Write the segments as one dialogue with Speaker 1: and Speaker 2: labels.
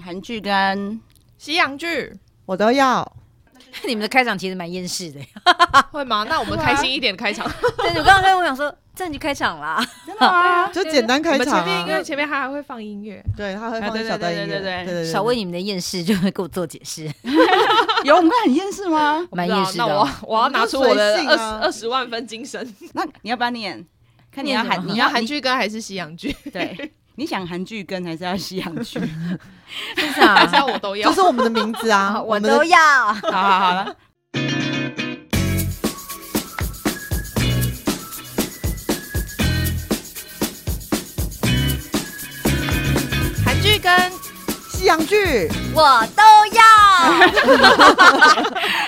Speaker 1: 韩剧 跟
Speaker 2: 西洋剧
Speaker 3: 我都要。
Speaker 4: 你们的开场其实蛮厌世的。
Speaker 2: 会吗？那我们开心一点开场。
Speaker 4: 但是我刚刚跟我想说，这样就开场啦。
Speaker 3: 真的吗？就简
Speaker 2: 啊
Speaker 3: 单
Speaker 2: 我
Speaker 3: 开
Speaker 2: 们前
Speaker 3: 场
Speaker 2: 面因
Speaker 3: 啊
Speaker 2: 为。前面还还会放音乐，
Speaker 3: 对，他会
Speaker 1: 啊
Speaker 3: 放
Speaker 1: 对对
Speaker 3: 小段
Speaker 1: 对
Speaker 3: 音乐，
Speaker 1: 对对对
Speaker 3: 对
Speaker 4: 少为你们的厌世，就会给我做解释，
Speaker 1: 有我们刚才很厌世 吗？
Speaker 2: 不知道
Speaker 4: 蛮厌世的
Speaker 2: 那
Speaker 4: 哦。
Speaker 2: 我我要拿出我的
Speaker 3: 我们就
Speaker 2: 二十
Speaker 3: 随性啊
Speaker 2: 二十万分精神。
Speaker 1: 那你要不要念？看你要
Speaker 4: 念什
Speaker 1: 韩，
Speaker 4: 么
Speaker 1: 你
Speaker 2: 你要
Speaker 1: 要
Speaker 2: 韩剧跟还是西洋剧？
Speaker 1: 你 对，你想韩剧跟还是要西洋剧？
Speaker 4: 是
Speaker 2: 还是要
Speaker 4: 啥？
Speaker 2: 我都要
Speaker 3: 这？是我们的名字啊，
Speaker 4: 我
Speaker 3: 们的
Speaker 4: 都要。
Speaker 1: 好好好了，
Speaker 2: 韩剧跟
Speaker 3: 西洋剧。
Speaker 4: 我都要。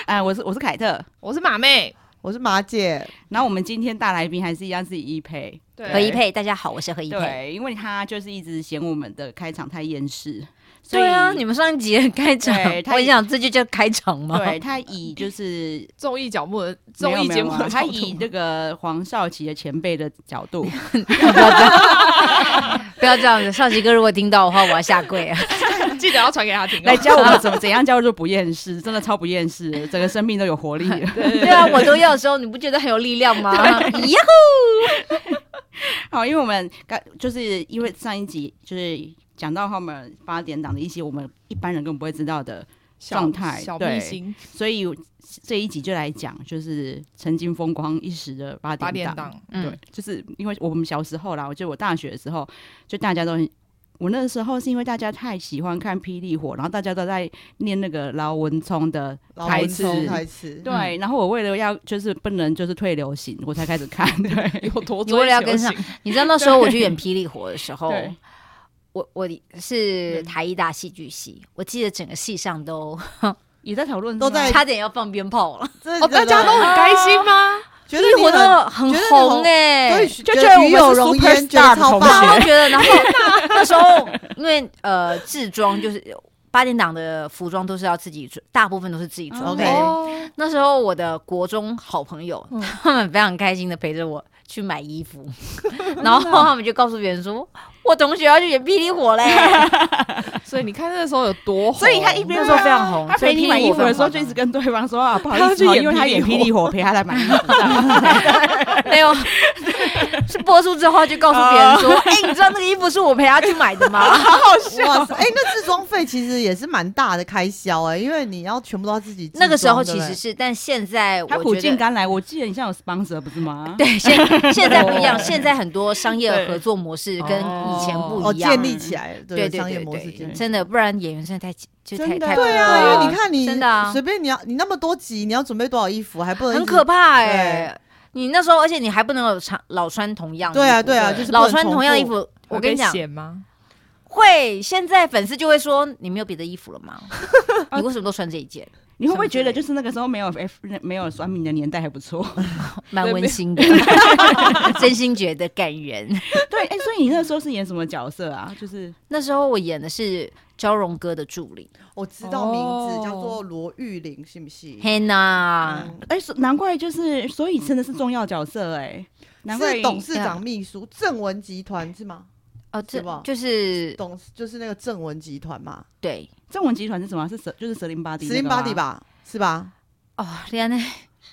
Speaker 1: 哎，我是我是凯特，
Speaker 2: 我是马妹，
Speaker 3: 我是马姐，
Speaker 1: 然后我们今天大来宾还是一样是一配，
Speaker 2: 对
Speaker 4: 何一佩，大家好，我是何一佩。
Speaker 1: 对，因为他就是一直嫌我们的开场太厌世，所以
Speaker 4: 对啊，你们上一集的开场
Speaker 1: 对，他
Speaker 4: 我想这就叫开场吗？
Speaker 1: 对他以 就是
Speaker 2: 综艺角目的
Speaker 1: 没
Speaker 2: 综
Speaker 1: 有
Speaker 2: 艺
Speaker 1: 没
Speaker 2: 节
Speaker 1: 有
Speaker 2: 目
Speaker 1: 没有
Speaker 2: 的
Speaker 1: 他
Speaker 2: 角度
Speaker 1: 以这个黄少祺的前辈的角 度，
Speaker 4: 不要这样子，少奇哥如果听到的话，我要下跪啊！
Speaker 2: 记得要传给他听哦。
Speaker 1: 来教我们怎么怎样叫做不厌世，真的超不厌世，整个生命都有活力了。
Speaker 4: 对啊，我都要的时候，你不觉得很有力量吗？ 呀，
Speaker 1: 好，因为我们刚就是因为上一集就是讲到他们八点档的一些我们一般人根本不会知道的，
Speaker 2: 小
Speaker 1: 状态
Speaker 2: 小
Speaker 1: 对
Speaker 2: 秘辛
Speaker 1: 所以这一集就来讲就是曾经风光一时的八
Speaker 2: 八点
Speaker 1: 点档。
Speaker 2: 档，
Speaker 1: 对，
Speaker 4: 嗯
Speaker 1: 就是因为我们小时候啦，我记得我大学的时候，就大家都很。我那时候是因为大家太喜欢看《霹雳火》，然后大家都在念那个劳文聪的
Speaker 3: 老
Speaker 1: 台
Speaker 3: 文
Speaker 1: 词，
Speaker 3: 聪台词，嗯
Speaker 1: 对，
Speaker 4: 嗯
Speaker 1: 然后我为了要就是不能就是退流行，我才开始看。对，
Speaker 2: 有多
Speaker 4: 你为了要跟上哦
Speaker 2: 追求性，
Speaker 4: 你知道那时候我去演霹雳火的时候
Speaker 1: 对，
Speaker 4: 我我是台艺大戏剧系，我记得整个戏上都
Speaker 1: 也在讨论
Speaker 3: 都在
Speaker 4: 差点要放鞭炮 了，
Speaker 3: 真的
Speaker 2: 哦，大家都很开心吗？
Speaker 3: 觉
Speaker 4: 霹
Speaker 3: 得
Speaker 4: 雳
Speaker 3: 你
Speaker 4: 火真的很
Speaker 3: 觉得你
Speaker 4: 红哎、
Speaker 3: 对，
Speaker 1: 就觉得我们
Speaker 3: 与有
Speaker 1: 是
Speaker 3: 荣焉，觉
Speaker 1: superstar 的
Speaker 3: 得超
Speaker 1: 同
Speaker 4: 大
Speaker 3: 棒
Speaker 4: 家
Speaker 1: 学。
Speaker 4: 都觉得，然后 那时候因为呃制装就是八点档的服装都是要自己准，大部分都是自己准备。
Speaker 3: 对 OK
Speaker 2: 哦
Speaker 4: 那时候我的国中好朋友，
Speaker 2: 嗯
Speaker 4: 他们非常开心的陪着我去买衣服，然后他们就告诉别人说，我同学要去演霹雳火嘞，
Speaker 2: 所以你看那时候有多红，
Speaker 1: 所以他一边
Speaker 4: 那时候非常 红。
Speaker 1: 他
Speaker 4: 所以
Speaker 1: 陪你
Speaker 4: 霹
Speaker 1: 买
Speaker 4: 雳
Speaker 1: 衣
Speaker 4: 火
Speaker 1: 服的时候，就
Speaker 4: 非常
Speaker 1: 一
Speaker 4: 红
Speaker 1: 直跟对方说啊，不好
Speaker 2: 他要
Speaker 1: 意
Speaker 2: 去
Speaker 1: 思哦，
Speaker 2: 演
Speaker 1: 因为他
Speaker 2: 霹雳
Speaker 1: 演霹雳火，陪他来买衣服。
Speaker 4: 没有，是播出之后就告诉别人
Speaker 3: 哦
Speaker 4: 说，哎、你知道那个衣服是我陪他去买的 吗？
Speaker 3: 哇塞！哎，那自装费其实也是蛮大的开销哎，因为你要全部都要自己制装。
Speaker 4: 那个时候
Speaker 3: 对
Speaker 4: 其
Speaker 3: 不对
Speaker 4: 实是，但现在
Speaker 1: 他
Speaker 4: 我
Speaker 1: 苦
Speaker 4: 觉
Speaker 1: 尽
Speaker 4: 得。
Speaker 1: 甘来，我记得你像有 sponsor 不是吗？
Speaker 4: 对，现现在不一样，现在很多商业
Speaker 2: 对
Speaker 4: 合作模式跟以前不
Speaker 3: 哦
Speaker 4: 一样，
Speaker 3: 建立起来了，
Speaker 4: 对
Speaker 3: 对
Speaker 4: 对
Speaker 3: 商业
Speaker 4: 对
Speaker 3: 模式建
Speaker 4: 对，
Speaker 3: 立。
Speaker 4: 真的，不然演员真的太就太
Speaker 1: 真的
Speaker 4: 太
Speaker 3: 对
Speaker 4: 对
Speaker 3: 啊，因
Speaker 4: 啊
Speaker 3: 为你看你
Speaker 4: 真的啊
Speaker 3: 随便你要你那么多集，你要准备多少衣服，还不能
Speaker 4: 很
Speaker 3: 一直
Speaker 4: 可怕哎、你那时候，而且你还不能有常老穿同样的衣服，
Speaker 3: 对啊对啊，
Speaker 2: 对
Speaker 3: 就是不能
Speaker 4: 老穿
Speaker 3: 重
Speaker 4: 同样
Speaker 3: 复
Speaker 4: 衣。服，我
Speaker 2: 会
Speaker 4: 跟
Speaker 2: 被
Speaker 4: 你讲，
Speaker 2: 嫌吗？
Speaker 4: 会现在粉丝就会说你没有别的衣服了 吗？你为什么都穿这一件？
Speaker 1: 你会不会觉得就是那个时候没有 F 没有酸民的年代还不错？
Speaker 4: 蛮温馨的， 真心觉得感人。
Speaker 1: 对，哎，所以你那时候是演什么角色啊？就是
Speaker 4: 那时候我演的是焦荣哥的助理
Speaker 3: 我知道名
Speaker 2: 哦
Speaker 3: 字叫做罗玉玲，信不信？
Speaker 4: Hannah，、
Speaker 3: 嗯
Speaker 1: 哎，所难怪就是，所以真的是重要角色哎，难怪
Speaker 3: 是董
Speaker 4: 啊
Speaker 3: 事长秘书正文集团是吗？
Speaker 4: 哦，这
Speaker 3: 是吧
Speaker 4: 就是
Speaker 3: 董事就是那个正文集团嘛，
Speaker 4: 对
Speaker 1: 正文集团是什么啊？是蛇就是蛇灵巴迪，
Speaker 3: 十零八地。吧，是吧？
Speaker 4: 哦，你安尼，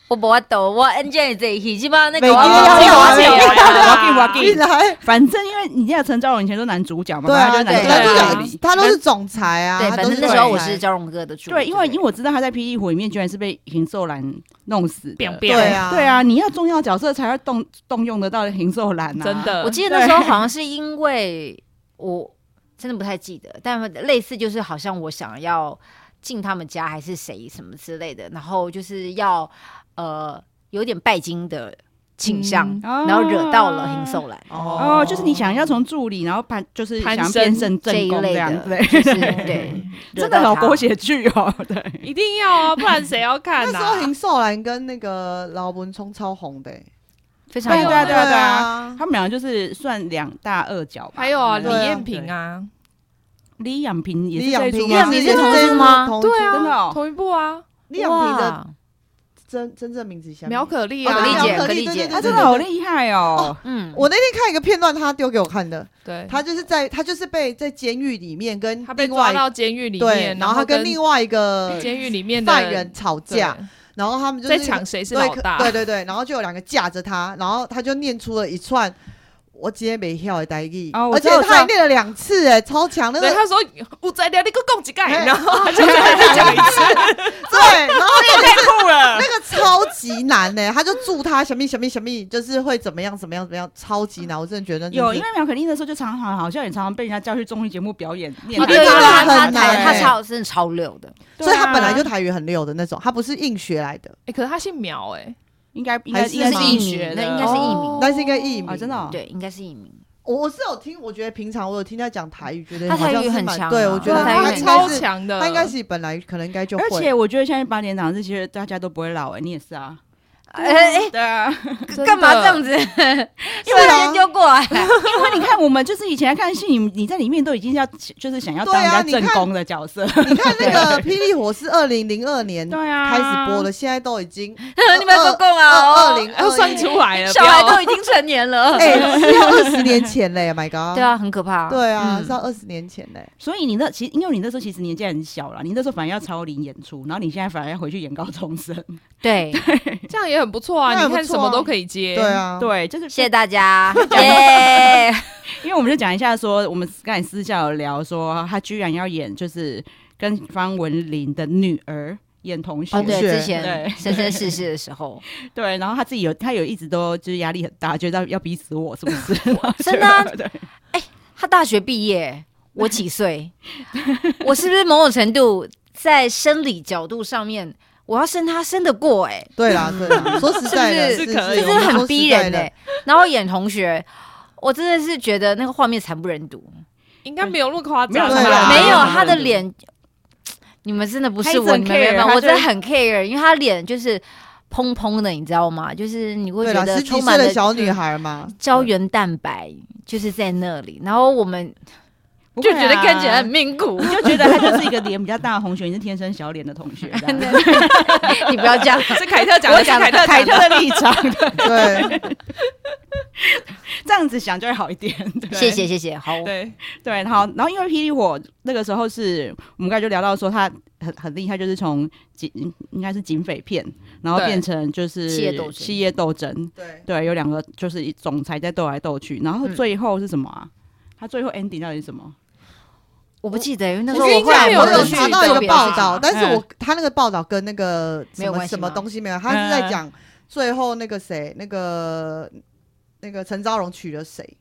Speaker 4: 我无法度，我 enjoy 这一期，基本上那个
Speaker 3: 每
Speaker 4: 我
Speaker 3: 天
Speaker 4: 我
Speaker 3: 要
Speaker 4: 我
Speaker 1: 啊
Speaker 3: 要
Speaker 4: 我啊
Speaker 3: 要
Speaker 4: 我
Speaker 1: 我给我给
Speaker 3: 进，来，
Speaker 1: 反正因为你记得陈昭荣以前都男主角嘛，
Speaker 3: 对啊，
Speaker 1: 反正就是
Speaker 3: 男
Speaker 1: 男
Speaker 3: 主
Speaker 1: 主角
Speaker 2: 对
Speaker 3: 角他都是总裁啊，
Speaker 4: 对，
Speaker 3: 他
Speaker 4: 反
Speaker 3: 都
Speaker 4: 正那
Speaker 3: 总
Speaker 4: 时候我
Speaker 3: 裁
Speaker 4: 是焦荣哥的助理，
Speaker 1: 对，因为因为
Speaker 4: 为
Speaker 1: 我知道他在《霹雳火》里面居然是被邢秀兰弄死的。
Speaker 2: 变变
Speaker 3: 对啊，
Speaker 1: 对，啊，你要重要角色才会动动用得到邢秀兰啊！
Speaker 2: 真，的，
Speaker 4: 我记得那时候好像是因为我真的不太记得，但类似就是好像我想要进他们家还是谁什么之类的，然后就是要呃有点拜金的倾向，
Speaker 2: 嗯
Speaker 4: 然后惹到了邢秀兰。
Speaker 1: 哦，就是你想要从助理，然后攀，就是想要变成
Speaker 4: 这
Speaker 1: 正
Speaker 4: 一
Speaker 1: 宫
Speaker 4: 类
Speaker 1: 这样
Speaker 4: 的，
Speaker 1: 子，对，
Speaker 4: 就是对，
Speaker 1: 真的好狗
Speaker 4: 狗血。
Speaker 1: 血剧哦，对，
Speaker 2: 一定要啊，不然谁要看
Speaker 3: 那时
Speaker 2: 呐？
Speaker 3: 候林秀兰跟那个劳文聪超红的欸，
Speaker 4: 非常
Speaker 1: 对
Speaker 4: 有
Speaker 1: 啊，对啊，对啊
Speaker 3: 啊，
Speaker 1: 他们俩就是算两大恶角吧。嗯
Speaker 2: 还有啊，李
Speaker 3: 对啊
Speaker 2: 艳萍啊，
Speaker 1: 李养平也
Speaker 3: 李
Speaker 1: 是
Speaker 3: 养
Speaker 1: 这一
Speaker 3: 平啊
Speaker 1: 出吗
Speaker 3: 也
Speaker 4: 啊
Speaker 3: 也
Speaker 4: 李养平是同
Speaker 2: 啊
Speaker 3: 这一
Speaker 4: 事
Speaker 3: 部
Speaker 4: 吗
Speaker 3: 同
Speaker 2: 对啊，
Speaker 1: 真的哦
Speaker 2: 同一部啊，
Speaker 3: 李养平的
Speaker 4: 哇
Speaker 3: 真真正名字想
Speaker 2: 苗可丽
Speaker 3: 哦
Speaker 2: 啊，
Speaker 4: 可丽
Speaker 3: 苗
Speaker 4: 姐
Speaker 3: 可
Speaker 4: 可
Speaker 3: 丽
Speaker 4: 丽
Speaker 3: 对
Speaker 4: 姐
Speaker 3: 对
Speaker 1: 他
Speaker 3: 对
Speaker 1: 真
Speaker 3: 对
Speaker 1: 的好
Speaker 3: 对。
Speaker 1: 厉害哦！
Speaker 4: 嗯，
Speaker 3: 我那天看一个片段，他丢给我看的，
Speaker 2: 对，
Speaker 3: 他就是在他就是被在监狱里面跟
Speaker 2: 他被
Speaker 3: 另
Speaker 2: 抓
Speaker 3: 外
Speaker 2: 到监狱里
Speaker 3: 对，
Speaker 2: 面，
Speaker 3: 然后他跟
Speaker 2: 跟
Speaker 3: 另外一个
Speaker 2: 监狱里面的
Speaker 3: 犯人吵
Speaker 2: 对
Speaker 3: 架，然后他们就是
Speaker 2: 在抢谁是
Speaker 3: 对
Speaker 2: 老大，
Speaker 3: 对对对，然后就有两个架着他，然后他就念出了一串我今天没跳的台语，
Speaker 1: 哦我
Speaker 3: 而
Speaker 1: 知
Speaker 3: 且
Speaker 1: 道我知
Speaker 3: 他还
Speaker 1: 道
Speaker 3: 念了两次，哎，超强，那个
Speaker 2: 对，他说我在聊你给我讲几盖，
Speaker 3: 哎
Speaker 2: 然后他就再讲一 次，
Speaker 3: 对，然后
Speaker 1: 这也太酷了！
Speaker 3: 那个超级难呢、他就祝他小蜜小蜜小蜜，就是会怎么样怎么样怎么样，超级难，我真的觉得
Speaker 1: 有，因
Speaker 3: 因
Speaker 1: 为苗可丽那时候就常常好像也常常被人家叫去综艺节目表演，念
Speaker 4: 哦
Speaker 1: 台
Speaker 4: 对
Speaker 1: 词
Speaker 4: 对
Speaker 3: 真的
Speaker 4: 啊他他
Speaker 3: 很难
Speaker 4: 台他
Speaker 3: 欸
Speaker 4: 超真的超溜的，
Speaker 3: 所以他本来
Speaker 1: 对
Speaker 3: 就
Speaker 1: 啊
Speaker 3: 台语很溜的那种，他不是硬学来的，
Speaker 2: 哎，可是他姓苗哎，
Speaker 1: 应该应
Speaker 3: 还
Speaker 1: 该
Speaker 3: 是
Speaker 1: 应该
Speaker 4: 是
Speaker 1: 艺
Speaker 4: 艺
Speaker 1: 学
Speaker 4: 名
Speaker 1: 的，
Speaker 4: 那应该是艺名
Speaker 2: 哦
Speaker 3: 但是应该艺名
Speaker 1: 啊，真的哦
Speaker 4: 对，应该是一名。
Speaker 3: 我我是有听，我觉得平常我有听他讲台语，觉得
Speaker 4: 他
Speaker 3: 好像
Speaker 4: 台语
Speaker 3: 是
Speaker 4: 很
Speaker 3: 蛮
Speaker 4: 强
Speaker 3: 对
Speaker 4: 啊
Speaker 3: 我觉得
Speaker 4: 他台语
Speaker 3: 他
Speaker 4: 很
Speaker 3: 应
Speaker 2: 超
Speaker 3: 该是
Speaker 2: 强的，
Speaker 3: 他应该是本来可能应该就会，
Speaker 1: 而且我觉得现在八点档这些大家都不会老哎、你也是啊，
Speaker 4: 哎哎，
Speaker 1: 对啊，
Speaker 2: 真的
Speaker 4: 干嘛这样？子？ 因
Speaker 3: 对
Speaker 4: 为
Speaker 3: 啊
Speaker 4: 人丢过来，
Speaker 1: 因为你看我们就是以前看戏，你你在里面都已经要就是想要当
Speaker 3: 对
Speaker 1: 人
Speaker 3: 啊
Speaker 1: 家
Speaker 3: 你
Speaker 1: 正
Speaker 3: 看
Speaker 1: 宫的角色，
Speaker 3: 你看那
Speaker 4: 啊
Speaker 3: 个《霹雳火》是二零零二年
Speaker 1: 对啊，
Speaker 3: 开始播了，现在都已经
Speaker 4: 你们公公啊，
Speaker 3: 二二
Speaker 4: 哦
Speaker 3: 零
Speaker 2: 哎要算
Speaker 3: 出，
Speaker 2: 出来了，
Speaker 4: 小
Speaker 2: 不
Speaker 4: 孩
Speaker 2: 要
Speaker 4: 都已经成年了，
Speaker 3: 哎，是要二十年前嘞，My，Oh God！
Speaker 4: 对，啊，很可怕。
Speaker 3: 对啊，
Speaker 4: 嗯
Speaker 3: 是要二十年前嘞，
Speaker 1: 所以你那其实因为你那时候其实年纪还很小啦，你那时候反而要超龄演出，然后你现在反而要回去演高中生，
Speaker 4: 对，
Speaker 2: 这样也很不错啊，
Speaker 3: 那
Speaker 2: 你
Speaker 3: 很不错啊
Speaker 2: 看什么都可以接，
Speaker 3: 对，啊，
Speaker 1: 对，就是
Speaker 4: 谢谢大家，耶！
Speaker 1: 因为我们就讲一下说，我们刚才私下有聊说，他居然要演就是跟方文琳的女儿演同学，
Speaker 4: 哦，
Speaker 3: 同
Speaker 4: 对，
Speaker 3: 学
Speaker 4: 之前生生世世的时候，
Speaker 1: 对，然后他自己有他有一直都就是压力很大，觉得要逼死我是不是？
Speaker 4: 真的啊
Speaker 1: 对
Speaker 4: 他大学毕业，我几 岁？我是不是某种程度在生理角度上面，我要生他生得过、欸？
Speaker 3: 对啦，对啦，说实在的，
Speaker 4: 是
Speaker 2: 不是
Speaker 3: 是
Speaker 2: 可
Speaker 4: 哎，
Speaker 2: 以
Speaker 4: 这真的很逼人
Speaker 3: 的
Speaker 4: 哎、。然后演同学，我真的是觉得那个画面惨不忍睹。
Speaker 2: 应该没有那么夸张，
Speaker 1: 没有
Speaker 3: 对啊
Speaker 4: 没
Speaker 1: 惨不忍
Speaker 4: 有
Speaker 1: 睹
Speaker 4: 他的脸，你们真的不是
Speaker 1: 他
Speaker 4: 我，
Speaker 1: 一
Speaker 4: 你
Speaker 1: 直很
Speaker 4: 们没
Speaker 1: care，他
Speaker 4: 办
Speaker 1: 就
Speaker 4: 法，我真的很 care，因为他脸就是嘭嘭的，你知道吗？就是你会
Speaker 3: 对
Speaker 4: 觉
Speaker 3: 啦，
Speaker 4: 得
Speaker 3: 十几
Speaker 4: 充
Speaker 3: 岁
Speaker 4: 满
Speaker 3: 的
Speaker 4: 了嗯
Speaker 3: 小女孩 嘛，
Speaker 4: 胶原蛋白，就是在那里。然后 我们
Speaker 1: 不会
Speaker 4: 就
Speaker 1: 啊
Speaker 4: 觉得看起来很命苦。
Speaker 1: 你就觉得他就是一个脸比较大的同学，你是天生 小脸的同学，这样
Speaker 4: 你不要这样，
Speaker 2: 是凯特讲的，
Speaker 4: 我
Speaker 2: 是
Speaker 4: 讲
Speaker 2: 凯特
Speaker 1: 凯
Speaker 2: 讲的，
Speaker 1: 特的立场，对
Speaker 3: 对，
Speaker 1: 这样子想就会好一点。对
Speaker 4: 谢谢谢谢，好，
Speaker 2: 对，
Speaker 1: 对，然后然后因为霹雳火那个时候是我们刚才就聊到说他很很厉害，就是从警应该是警匪片，然后
Speaker 2: 对
Speaker 1: 变成就是
Speaker 4: 企业斗争
Speaker 1: 企业斗争
Speaker 3: 对，
Speaker 1: 对，有两个就是总裁在斗来斗去，然后最后是什么啊？他最后 ending 到底是什么？
Speaker 4: 我不记得，因为那时
Speaker 2: 我
Speaker 4: 候
Speaker 2: 跟
Speaker 4: 我
Speaker 2: 你
Speaker 4: 后来
Speaker 2: 讲
Speaker 4: 没
Speaker 2: 有
Speaker 3: 我
Speaker 2: 人
Speaker 3: 有
Speaker 4: 去
Speaker 3: 查到一
Speaker 4: 特
Speaker 3: 个
Speaker 4: 别
Speaker 3: 报
Speaker 4: 查
Speaker 3: 道，但是
Speaker 1: 嗯
Speaker 3: 我他那个报道跟那个什
Speaker 4: 没有
Speaker 3: 么
Speaker 4: 关系
Speaker 3: 什么
Speaker 4: 吗
Speaker 3: 东西没有，他是在
Speaker 1: 嗯
Speaker 3: 讲最后那个谁，那个那个陈昭荣娶了谁。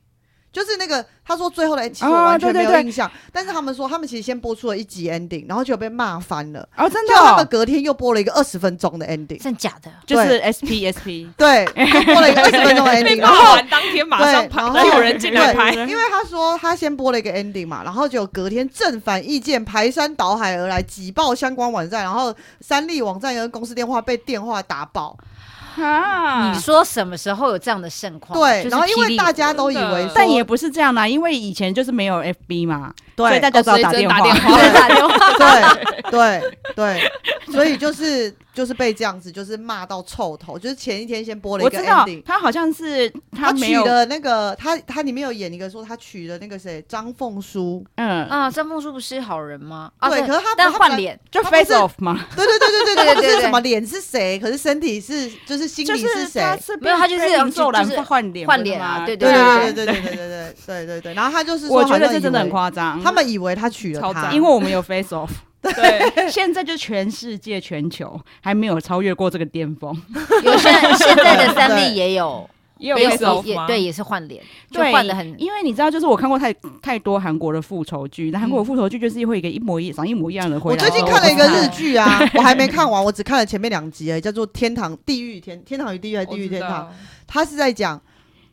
Speaker 3: 就是那个，他说最后的，哎其实我
Speaker 1: 啊
Speaker 3: 完全
Speaker 1: 对
Speaker 3: 没
Speaker 1: 对
Speaker 3: 有
Speaker 1: 对
Speaker 3: 印象。但是他们说，他们其实先播出了一集 ending，然后就被骂翻了。
Speaker 1: 哦，真
Speaker 3: 就
Speaker 1: 的
Speaker 3: 他们
Speaker 1: 哦，
Speaker 3: 隔天又播了一个二十分钟的 ending，
Speaker 4: 真的假的？
Speaker 1: 就是
Speaker 3: 对
Speaker 1: SP SP，
Speaker 3: 对，他播了一个二十分 钟的
Speaker 2: 被
Speaker 3: ending，然
Speaker 2: 骂
Speaker 3: 后
Speaker 2: 完当天马上
Speaker 3: 对
Speaker 2: 拍
Speaker 3: 然，后
Speaker 2: 然后有人进来拍，
Speaker 1: 对
Speaker 3: 因为他说他先播了一个 ending 嘛，然后就隔天正反意见排山倒海而来，挤爆相关网站，然后三立网站跟公司电话被电话打爆。
Speaker 1: 啊
Speaker 4: 你说什么时候有这样的盛况？
Speaker 3: 对
Speaker 4: 就，是
Speaker 3: 然后因
Speaker 4: 霹
Speaker 3: 为
Speaker 4: 雳
Speaker 3: 大家都以
Speaker 2: 真的
Speaker 3: 为说，
Speaker 1: 但也不是这样啦，因为以前就是没有 FB 嘛，所以
Speaker 3: 对
Speaker 1: 大家只好
Speaker 2: 哦所以
Speaker 1: 打
Speaker 2: 只
Speaker 1: 电话。
Speaker 2: 能打电话
Speaker 4: 对打电话，
Speaker 3: 对对对，所以就是就是被这样子就是骂到臭头，就是前一天先播了一
Speaker 1: 我
Speaker 3: 个
Speaker 1: 知道
Speaker 3: ending。
Speaker 1: 他好像是
Speaker 3: 他
Speaker 1: 没
Speaker 3: 娶
Speaker 1: 有，
Speaker 3: 了那个他他里面有演一个说他娶了那个谁张凤书，
Speaker 1: 嗯，
Speaker 4: 啊，张梦舒不是好人吗？啊，
Speaker 3: 对可是他
Speaker 4: 但
Speaker 3: 他
Speaker 4: 换
Speaker 3: 本来
Speaker 4: 脸，
Speaker 1: 就
Speaker 3: 他不是
Speaker 1: face off 嘛，
Speaker 3: 对对对对对
Speaker 4: 对对
Speaker 3: 他不
Speaker 4: 对
Speaker 3: 是
Speaker 4: 对
Speaker 3: 什么脸是谁，可是身体是就是心
Speaker 1: 就
Speaker 3: 里
Speaker 1: 是
Speaker 3: 谁，
Speaker 1: 他是
Speaker 4: 没有他就是
Speaker 1: 被领袖
Speaker 4: 就
Speaker 1: 来
Speaker 4: 就是
Speaker 1: 换脸
Speaker 4: 换
Speaker 1: 不是
Speaker 4: 脸啊
Speaker 1: 吗
Speaker 4: 对
Speaker 3: 对
Speaker 4: 对
Speaker 3: 对
Speaker 4: 啊
Speaker 3: 对对对对对对对对。然后他就是说，
Speaker 1: 我觉得这真的很夸张。
Speaker 3: 张。他们以为他娶了
Speaker 2: 超
Speaker 3: 她，
Speaker 2: 赞
Speaker 1: 因为我们有 face off，
Speaker 2: 对，
Speaker 1: 现在就全世界全球还没有超越过这个巅峰，
Speaker 4: 有现在现在的三
Speaker 3: 对
Speaker 4: 立也有，
Speaker 1: 也有
Speaker 4: 也
Speaker 1: face off
Speaker 4: 也也
Speaker 2: 吗
Speaker 4: 对，也是换脸，就
Speaker 1: 哦对
Speaker 4: 换的
Speaker 3: 嗯
Speaker 4: 很。
Speaker 1: 因为你知道，就是我看过太太多韩国的复仇剧，那韩国的复仇剧就是会一个一模一长一模一样的回哦
Speaker 3: 我
Speaker 1: 来。
Speaker 3: 最近
Speaker 1: 然后
Speaker 3: 看了一个
Speaker 1: 不知
Speaker 3: 日
Speaker 1: 道
Speaker 3: 剧啊，我还没看完，我只看了前面两集而已，叫做《天堂地狱与天天堂与地狱》还是《地狱天堂》？他是在讲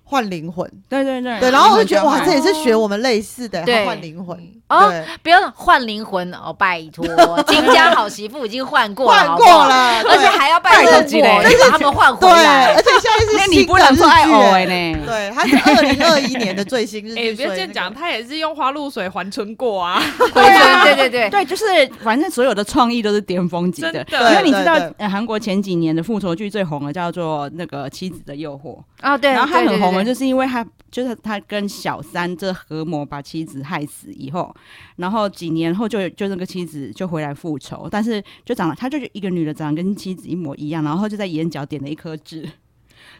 Speaker 3: 换灵魂，
Speaker 1: 对对对
Speaker 3: 对，然后我就觉得哇，
Speaker 1: 灵魂交换
Speaker 3: 这也是学我们类似的，
Speaker 4: 对
Speaker 3: 还换灵魂，
Speaker 2: 嗯
Speaker 4: 哦
Speaker 3: 对，
Speaker 4: 不要换灵魂哦，拜托，金家好媳妇已经换过了，
Speaker 3: 换
Speaker 4: 好不
Speaker 3: 过
Speaker 4: 好，
Speaker 3: 了，
Speaker 1: 哦
Speaker 4: 而且
Speaker 3: 对
Speaker 4: 还要拜
Speaker 2: 拜
Speaker 4: 托我，
Speaker 2: 托之类的
Speaker 4: 你把他们换回
Speaker 3: 对，
Speaker 4: 来。
Speaker 3: 而且现在是
Speaker 1: 那你
Speaker 3: 新
Speaker 1: 不
Speaker 3: 的
Speaker 1: 能
Speaker 3: 日
Speaker 1: 说爱
Speaker 3: 剧，
Speaker 1: 偶哎呢？
Speaker 3: 对，它是二零二一年的最新日剧，
Speaker 2: 哎，别
Speaker 3: 所以
Speaker 2: 这样
Speaker 3: 那个
Speaker 2: 讲，他也是用花露水还春过啊，
Speaker 4: 对对对对对，
Speaker 1: 对，就是反正所有的创意都是巅峰级
Speaker 2: 真
Speaker 1: 的
Speaker 2: 的。。
Speaker 1: 因为
Speaker 3: 对
Speaker 1: 你知道，呃韩国前几年的复仇剧最红的叫做那个《妻子的诱惑》，
Speaker 4: 哦对，
Speaker 1: 然后他
Speaker 4: 对
Speaker 1: 很红的，
Speaker 4: 对对
Speaker 1: 就是因为他就是他跟小三这合谋把妻子害死以后，然后几年后就就那个妻子就回来复仇，但是就长得他就是一个女的长得跟妻子一模一样，然后就在眼角点了一颗痣，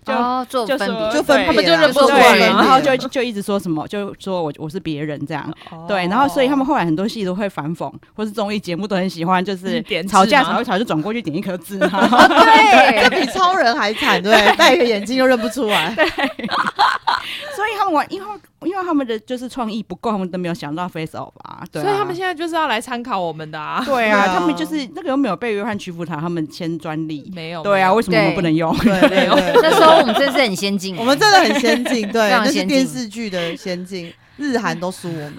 Speaker 1: 就
Speaker 4: 哦做
Speaker 2: 就
Speaker 4: 分
Speaker 2: 说
Speaker 4: 别，
Speaker 3: 就
Speaker 2: 对
Speaker 3: 分别
Speaker 2: 他们就
Speaker 3: 啦
Speaker 2: 认不啊出
Speaker 3: 就是
Speaker 2: 来
Speaker 1: 对，
Speaker 3: 分
Speaker 2: 了
Speaker 1: 然
Speaker 3: 别
Speaker 1: 后就就一直说什么，就说我我是别人这样，
Speaker 3: 哦
Speaker 2: 哦
Speaker 1: 对，然后所以他们后来很多戏都会反讽，或是综艺节目都很喜欢，就是
Speaker 2: 嗯点痣
Speaker 1: 吵架
Speaker 2: 吗
Speaker 1: 吵一吵就转过去点一颗 痣，然后
Speaker 4: 对
Speaker 3: 这 比超人还惨，对， 戴一个眼镜又认不出来，
Speaker 1: 所以他们玩，因为因为他们的就是创意不够，他们都没有想到 face off 啊，对啊
Speaker 2: 所以他们现在就是要来参考我们的 啊，
Speaker 1: 对
Speaker 3: 对啊
Speaker 1: 啊，他们就是那个又没有被约翰·屈服塔他们签专利，
Speaker 2: 没有
Speaker 1: 对啊，，为什么我们
Speaker 4: 对
Speaker 1: 不能用？
Speaker 3: 对对对，
Speaker 4: 那时候我们真是很先进， 欸
Speaker 3: 我们真的很先进，对，
Speaker 4: 非常
Speaker 3: 那是
Speaker 4: 先进
Speaker 3: 电视剧的先进，日韩都输 我们。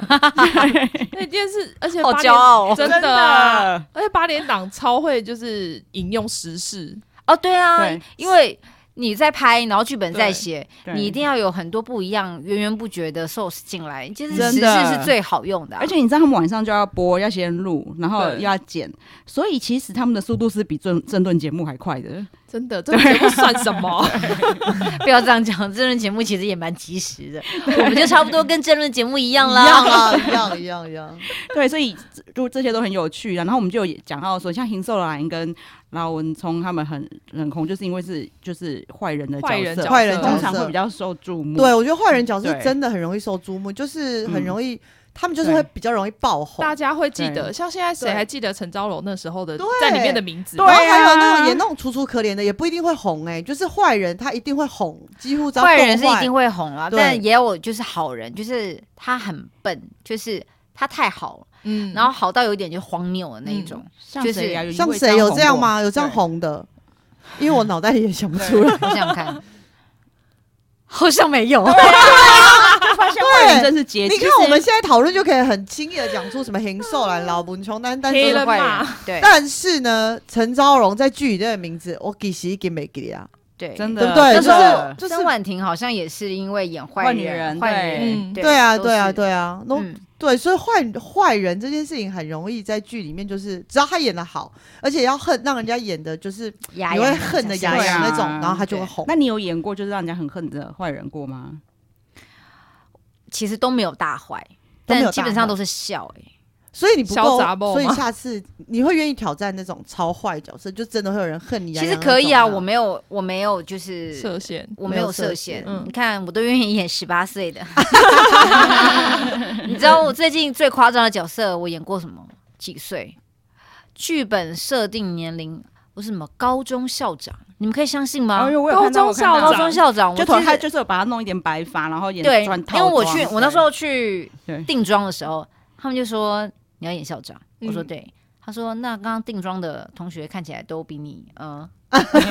Speaker 2: 那件事，而且
Speaker 4: 好
Speaker 2: 八
Speaker 4: 骄
Speaker 2: 点
Speaker 4: 傲 哦
Speaker 2: 真的啊，而且八点档超会就是引用时事，
Speaker 4: 哦，对啊
Speaker 1: 对，
Speaker 4: 因为你在拍，然后剧本在
Speaker 2: 对
Speaker 4: 写，
Speaker 1: 对
Speaker 4: 你一定要有很多不一样、源源不绝的 source 进来，其实
Speaker 1: 真
Speaker 4: 时
Speaker 1: 的
Speaker 4: 事是最好用的啊、
Speaker 1: 而且你知道他们晚上就要播，要先录，然后
Speaker 2: 对
Speaker 1: 又要剪，所以其实他们的速度是比正正论节目还快 的。
Speaker 2: 真的，这个节目算什 么？
Speaker 4: 不要这样讲，真人节目其实也蛮及时的，我们就差不多跟真人节目一样
Speaker 3: 一
Speaker 4: 啦。
Speaker 3: 样啊，一样一样一样。
Speaker 1: 对，所以 这就这些都很有趣啊。然后我们就有讲到说，像邢秀兰跟劳文聪他们很很红，就是因为是就是坏人的
Speaker 2: 坏人
Speaker 1: 角色，
Speaker 2: 角色，
Speaker 3: 坏人角色
Speaker 1: 通常会比较受注目。
Speaker 3: 对，啊我觉得坏人角色
Speaker 1: 对
Speaker 3: 真的很容易受注目，就是很
Speaker 4: 嗯
Speaker 3: 容易，他们就是
Speaker 1: 对
Speaker 3: 会比较容易爆红。
Speaker 2: 大家会记
Speaker 1: 对
Speaker 2: 得，像现在谁
Speaker 3: 对
Speaker 2: 还记得陈昭柔那时候的
Speaker 3: 对
Speaker 2: 在里面的名字？
Speaker 1: 对
Speaker 3: 然后还有
Speaker 1: 啊
Speaker 3: 那种演那种楚楚可怜的，也不一定会红哎、就是坏人他一定会红，几乎只要
Speaker 4: 坏人是
Speaker 3: 动
Speaker 4: 一
Speaker 3: 坏
Speaker 4: 定会红啊，
Speaker 3: 对
Speaker 4: 但也有就是好人，就是他很笨，就是他太好了，
Speaker 2: 嗯
Speaker 4: 然后好到有点就荒谬的那一种。
Speaker 1: 像
Speaker 4: 就是
Speaker 1: 谁啊？有一
Speaker 3: 像
Speaker 1: 位
Speaker 3: 谁有这样
Speaker 1: 红过？
Speaker 3: 吗？有这样
Speaker 1: 对
Speaker 3: 红的？因为我脑袋也想不出来。
Speaker 4: 我想 想看，好像没有。
Speaker 1: 就
Speaker 2: 啊
Speaker 1: 发现坏人真是结。
Speaker 3: 你
Speaker 1: 其
Speaker 3: 看
Speaker 1: 实
Speaker 3: 我们现在讨论就可以很轻易的讲出什么hình兽兰、老文琼丹，但
Speaker 2: 黑
Speaker 3: 是
Speaker 2: 人
Speaker 4: 坏
Speaker 2: 嘛
Speaker 4: 人，对
Speaker 3: 但是呢，陈昭荣在剧里的名字，我给谁给没给啊？
Speaker 4: 嗯对，
Speaker 1: 真的
Speaker 3: 对不对？
Speaker 4: 那
Speaker 3: 就
Speaker 4: 时候
Speaker 3: 是就是
Speaker 4: 曾婉婷好像也是因为演坏
Speaker 1: 坏女人
Speaker 4: 坏
Speaker 1: 对
Speaker 4: 女人，
Speaker 2: 嗯
Speaker 3: 对啊，
Speaker 4: 都是
Speaker 3: 对啊，对啊，那
Speaker 4: 嗯
Speaker 3: 对，所以坏坏人这件事情很容易在剧里面，就是只要他演的好，而且要恨，让人家演的就是
Speaker 4: 牙
Speaker 3: 你会恨的牙
Speaker 1: 对
Speaker 3: 痒
Speaker 1: 啊
Speaker 3: 那种，然后他就会红。
Speaker 1: 那你有演过就是让人家很恨的坏人过吗？
Speaker 4: 其实都没有大坏，
Speaker 3: 都没有大
Speaker 4: 但
Speaker 3: 坏
Speaker 4: 基本上都是笑、欸。
Speaker 3: 所以你不
Speaker 2: 小
Speaker 3: 够
Speaker 2: 杂，毛
Speaker 3: 所以
Speaker 2: 吗
Speaker 3: 下次你会愿意挑战那种超坏角色，就真的会有人恨你痒
Speaker 4: 其实
Speaker 3: 痒那种。
Speaker 4: 可以啊，我没有，我没有，就是
Speaker 2: 射线，
Speaker 4: 我没有涉
Speaker 3: 没有涉
Speaker 4: 嫌
Speaker 3: 嫌。
Speaker 2: 嗯
Speaker 4: 你看，我都愿意演十八岁 的。你知道我最近最夸张的角色，我演过什么？几岁？剧本设定年龄，我是什么高中校长？你们可以相信吗
Speaker 1: 哎？呦，我有看到，
Speaker 2: 高中
Speaker 1: 我看到
Speaker 2: 校
Speaker 4: 高
Speaker 2: 长
Speaker 4: 中校长，我
Speaker 1: 就头
Speaker 4: 真的
Speaker 1: 他就是有把他弄一点白发，然后演
Speaker 4: 对，
Speaker 1: 穿
Speaker 4: 因
Speaker 1: 套
Speaker 4: 为我
Speaker 1: 装
Speaker 4: 去，我那时候去
Speaker 1: 对
Speaker 4: 定妆的时候，他们就说你要演校长，我说
Speaker 2: 嗯
Speaker 4: 对。他说：“那刚刚定妆的同学看起来都比你， 呃，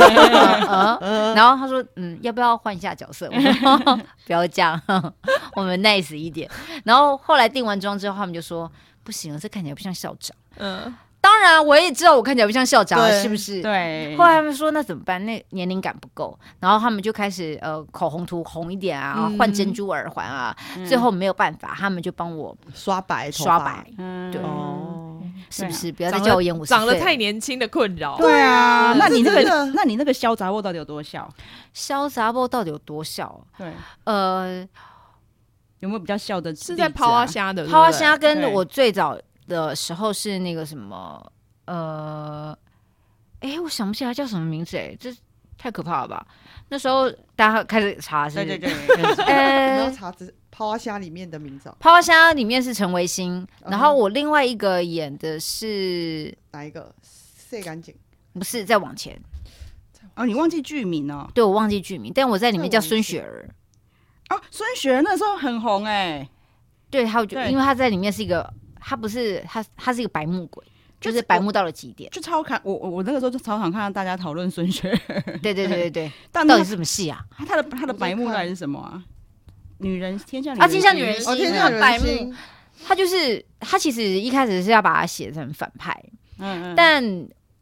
Speaker 4: 呃呃然后他说，嗯，要不要换一下角色？我说不要这样， 我们 nice 一点。然后后来定完妆之后，他们就说不行，这看起来不像校长。
Speaker 2: 嗯，
Speaker 4: 当然，我也知道我看起来不像校长啊，
Speaker 3: 对
Speaker 4: 是不是？
Speaker 2: 嗯
Speaker 1: 对，
Speaker 4: 后来他们说那怎么办？那年龄感不够，然后他们就开始呃口红涂红一点啊，
Speaker 2: 嗯
Speaker 4: 换珍珠耳环啊，
Speaker 1: 嗯
Speaker 4: 最后没有办法，他们就帮我
Speaker 3: 刷白头
Speaker 4: 刷
Speaker 3: 发啊
Speaker 4: 白，
Speaker 1: 嗯
Speaker 4: 对
Speaker 3: 哦，
Speaker 4: 是
Speaker 1: 对啊
Speaker 4: 不是？不要再
Speaker 2: 长
Speaker 4: 叫
Speaker 2: 得
Speaker 4: 我演五十岁
Speaker 2: 长
Speaker 4: 了，
Speaker 2: 得太年轻的困扰。
Speaker 1: 对啊，
Speaker 3: 对
Speaker 1: 那你那
Speaker 3: 嗯这真
Speaker 1: 个
Speaker 3: 的，
Speaker 1: 那你那个潇洒沃到底有多笑？
Speaker 4: 潇洒波到底有多笑？
Speaker 1: 对，
Speaker 4: 呃，
Speaker 1: 有没有比较笑的？
Speaker 2: 是在抛啊，虾的，
Speaker 4: 泡花虾
Speaker 2: 虾，
Speaker 4: 跟
Speaker 1: 对
Speaker 4: 我最早的时候是那个什么呃，哎，我想不起来叫什么名字，哎，这太可怕了吧？那时候大家开始查，是不
Speaker 1: 对
Speaker 4: 是？
Speaker 1: 对
Speaker 4: 对。
Speaker 1: 对，对
Speaker 3: 没
Speaker 4: 呃
Speaker 3: 有，查子泡花虾里面的名字哦
Speaker 4: 泡泡虾里面是陈维新，
Speaker 3: 嗯
Speaker 4: 然后我另外一个演的是
Speaker 3: 哪一个？谁干净？
Speaker 4: 不是再往前？
Speaker 1: 哦，你忘记剧名哦？
Speaker 4: 对我忘记剧名，但我在里面叫
Speaker 3: 再往前
Speaker 4: 孙雪儿。
Speaker 1: 哦，孙雪儿那时候很红哎，
Speaker 4: 对，还有就
Speaker 1: 对
Speaker 4: 因为他在里面是一个，他不是他他是一个白目鬼，
Speaker 1: 就
Speaker 4: 就是是白目到了 极点。
Speaker 1: 就超看我我我那个时候就超常看到大家讨论孙雪儿，
Speaker 4: 对对对对对，
Speaker 1: 但
Speaker 4: 到
Speaker 1: 那
Speaker 4: 底是什么戏啊？
Speaker 1: 他的他的白目到底是什么啊？女人天下女
Speaker 4: 啊
Speaker 1: 人
Speaker 4: 天下女人
Speaker 1: 心
Speaker 3: 哦，
Speaker 4: 心
Speaker 3: 天
Speaker 4: 那
Speaker 3: 下
Speaker 4: 个白
Speaker 3: 人
Speaker 4: 目
Speaker 3: 心，
Speaker 4: 他就是他其实一开始是要把他写成反派，
Speaker 1: 嗯嗯，
Speaker 4: 但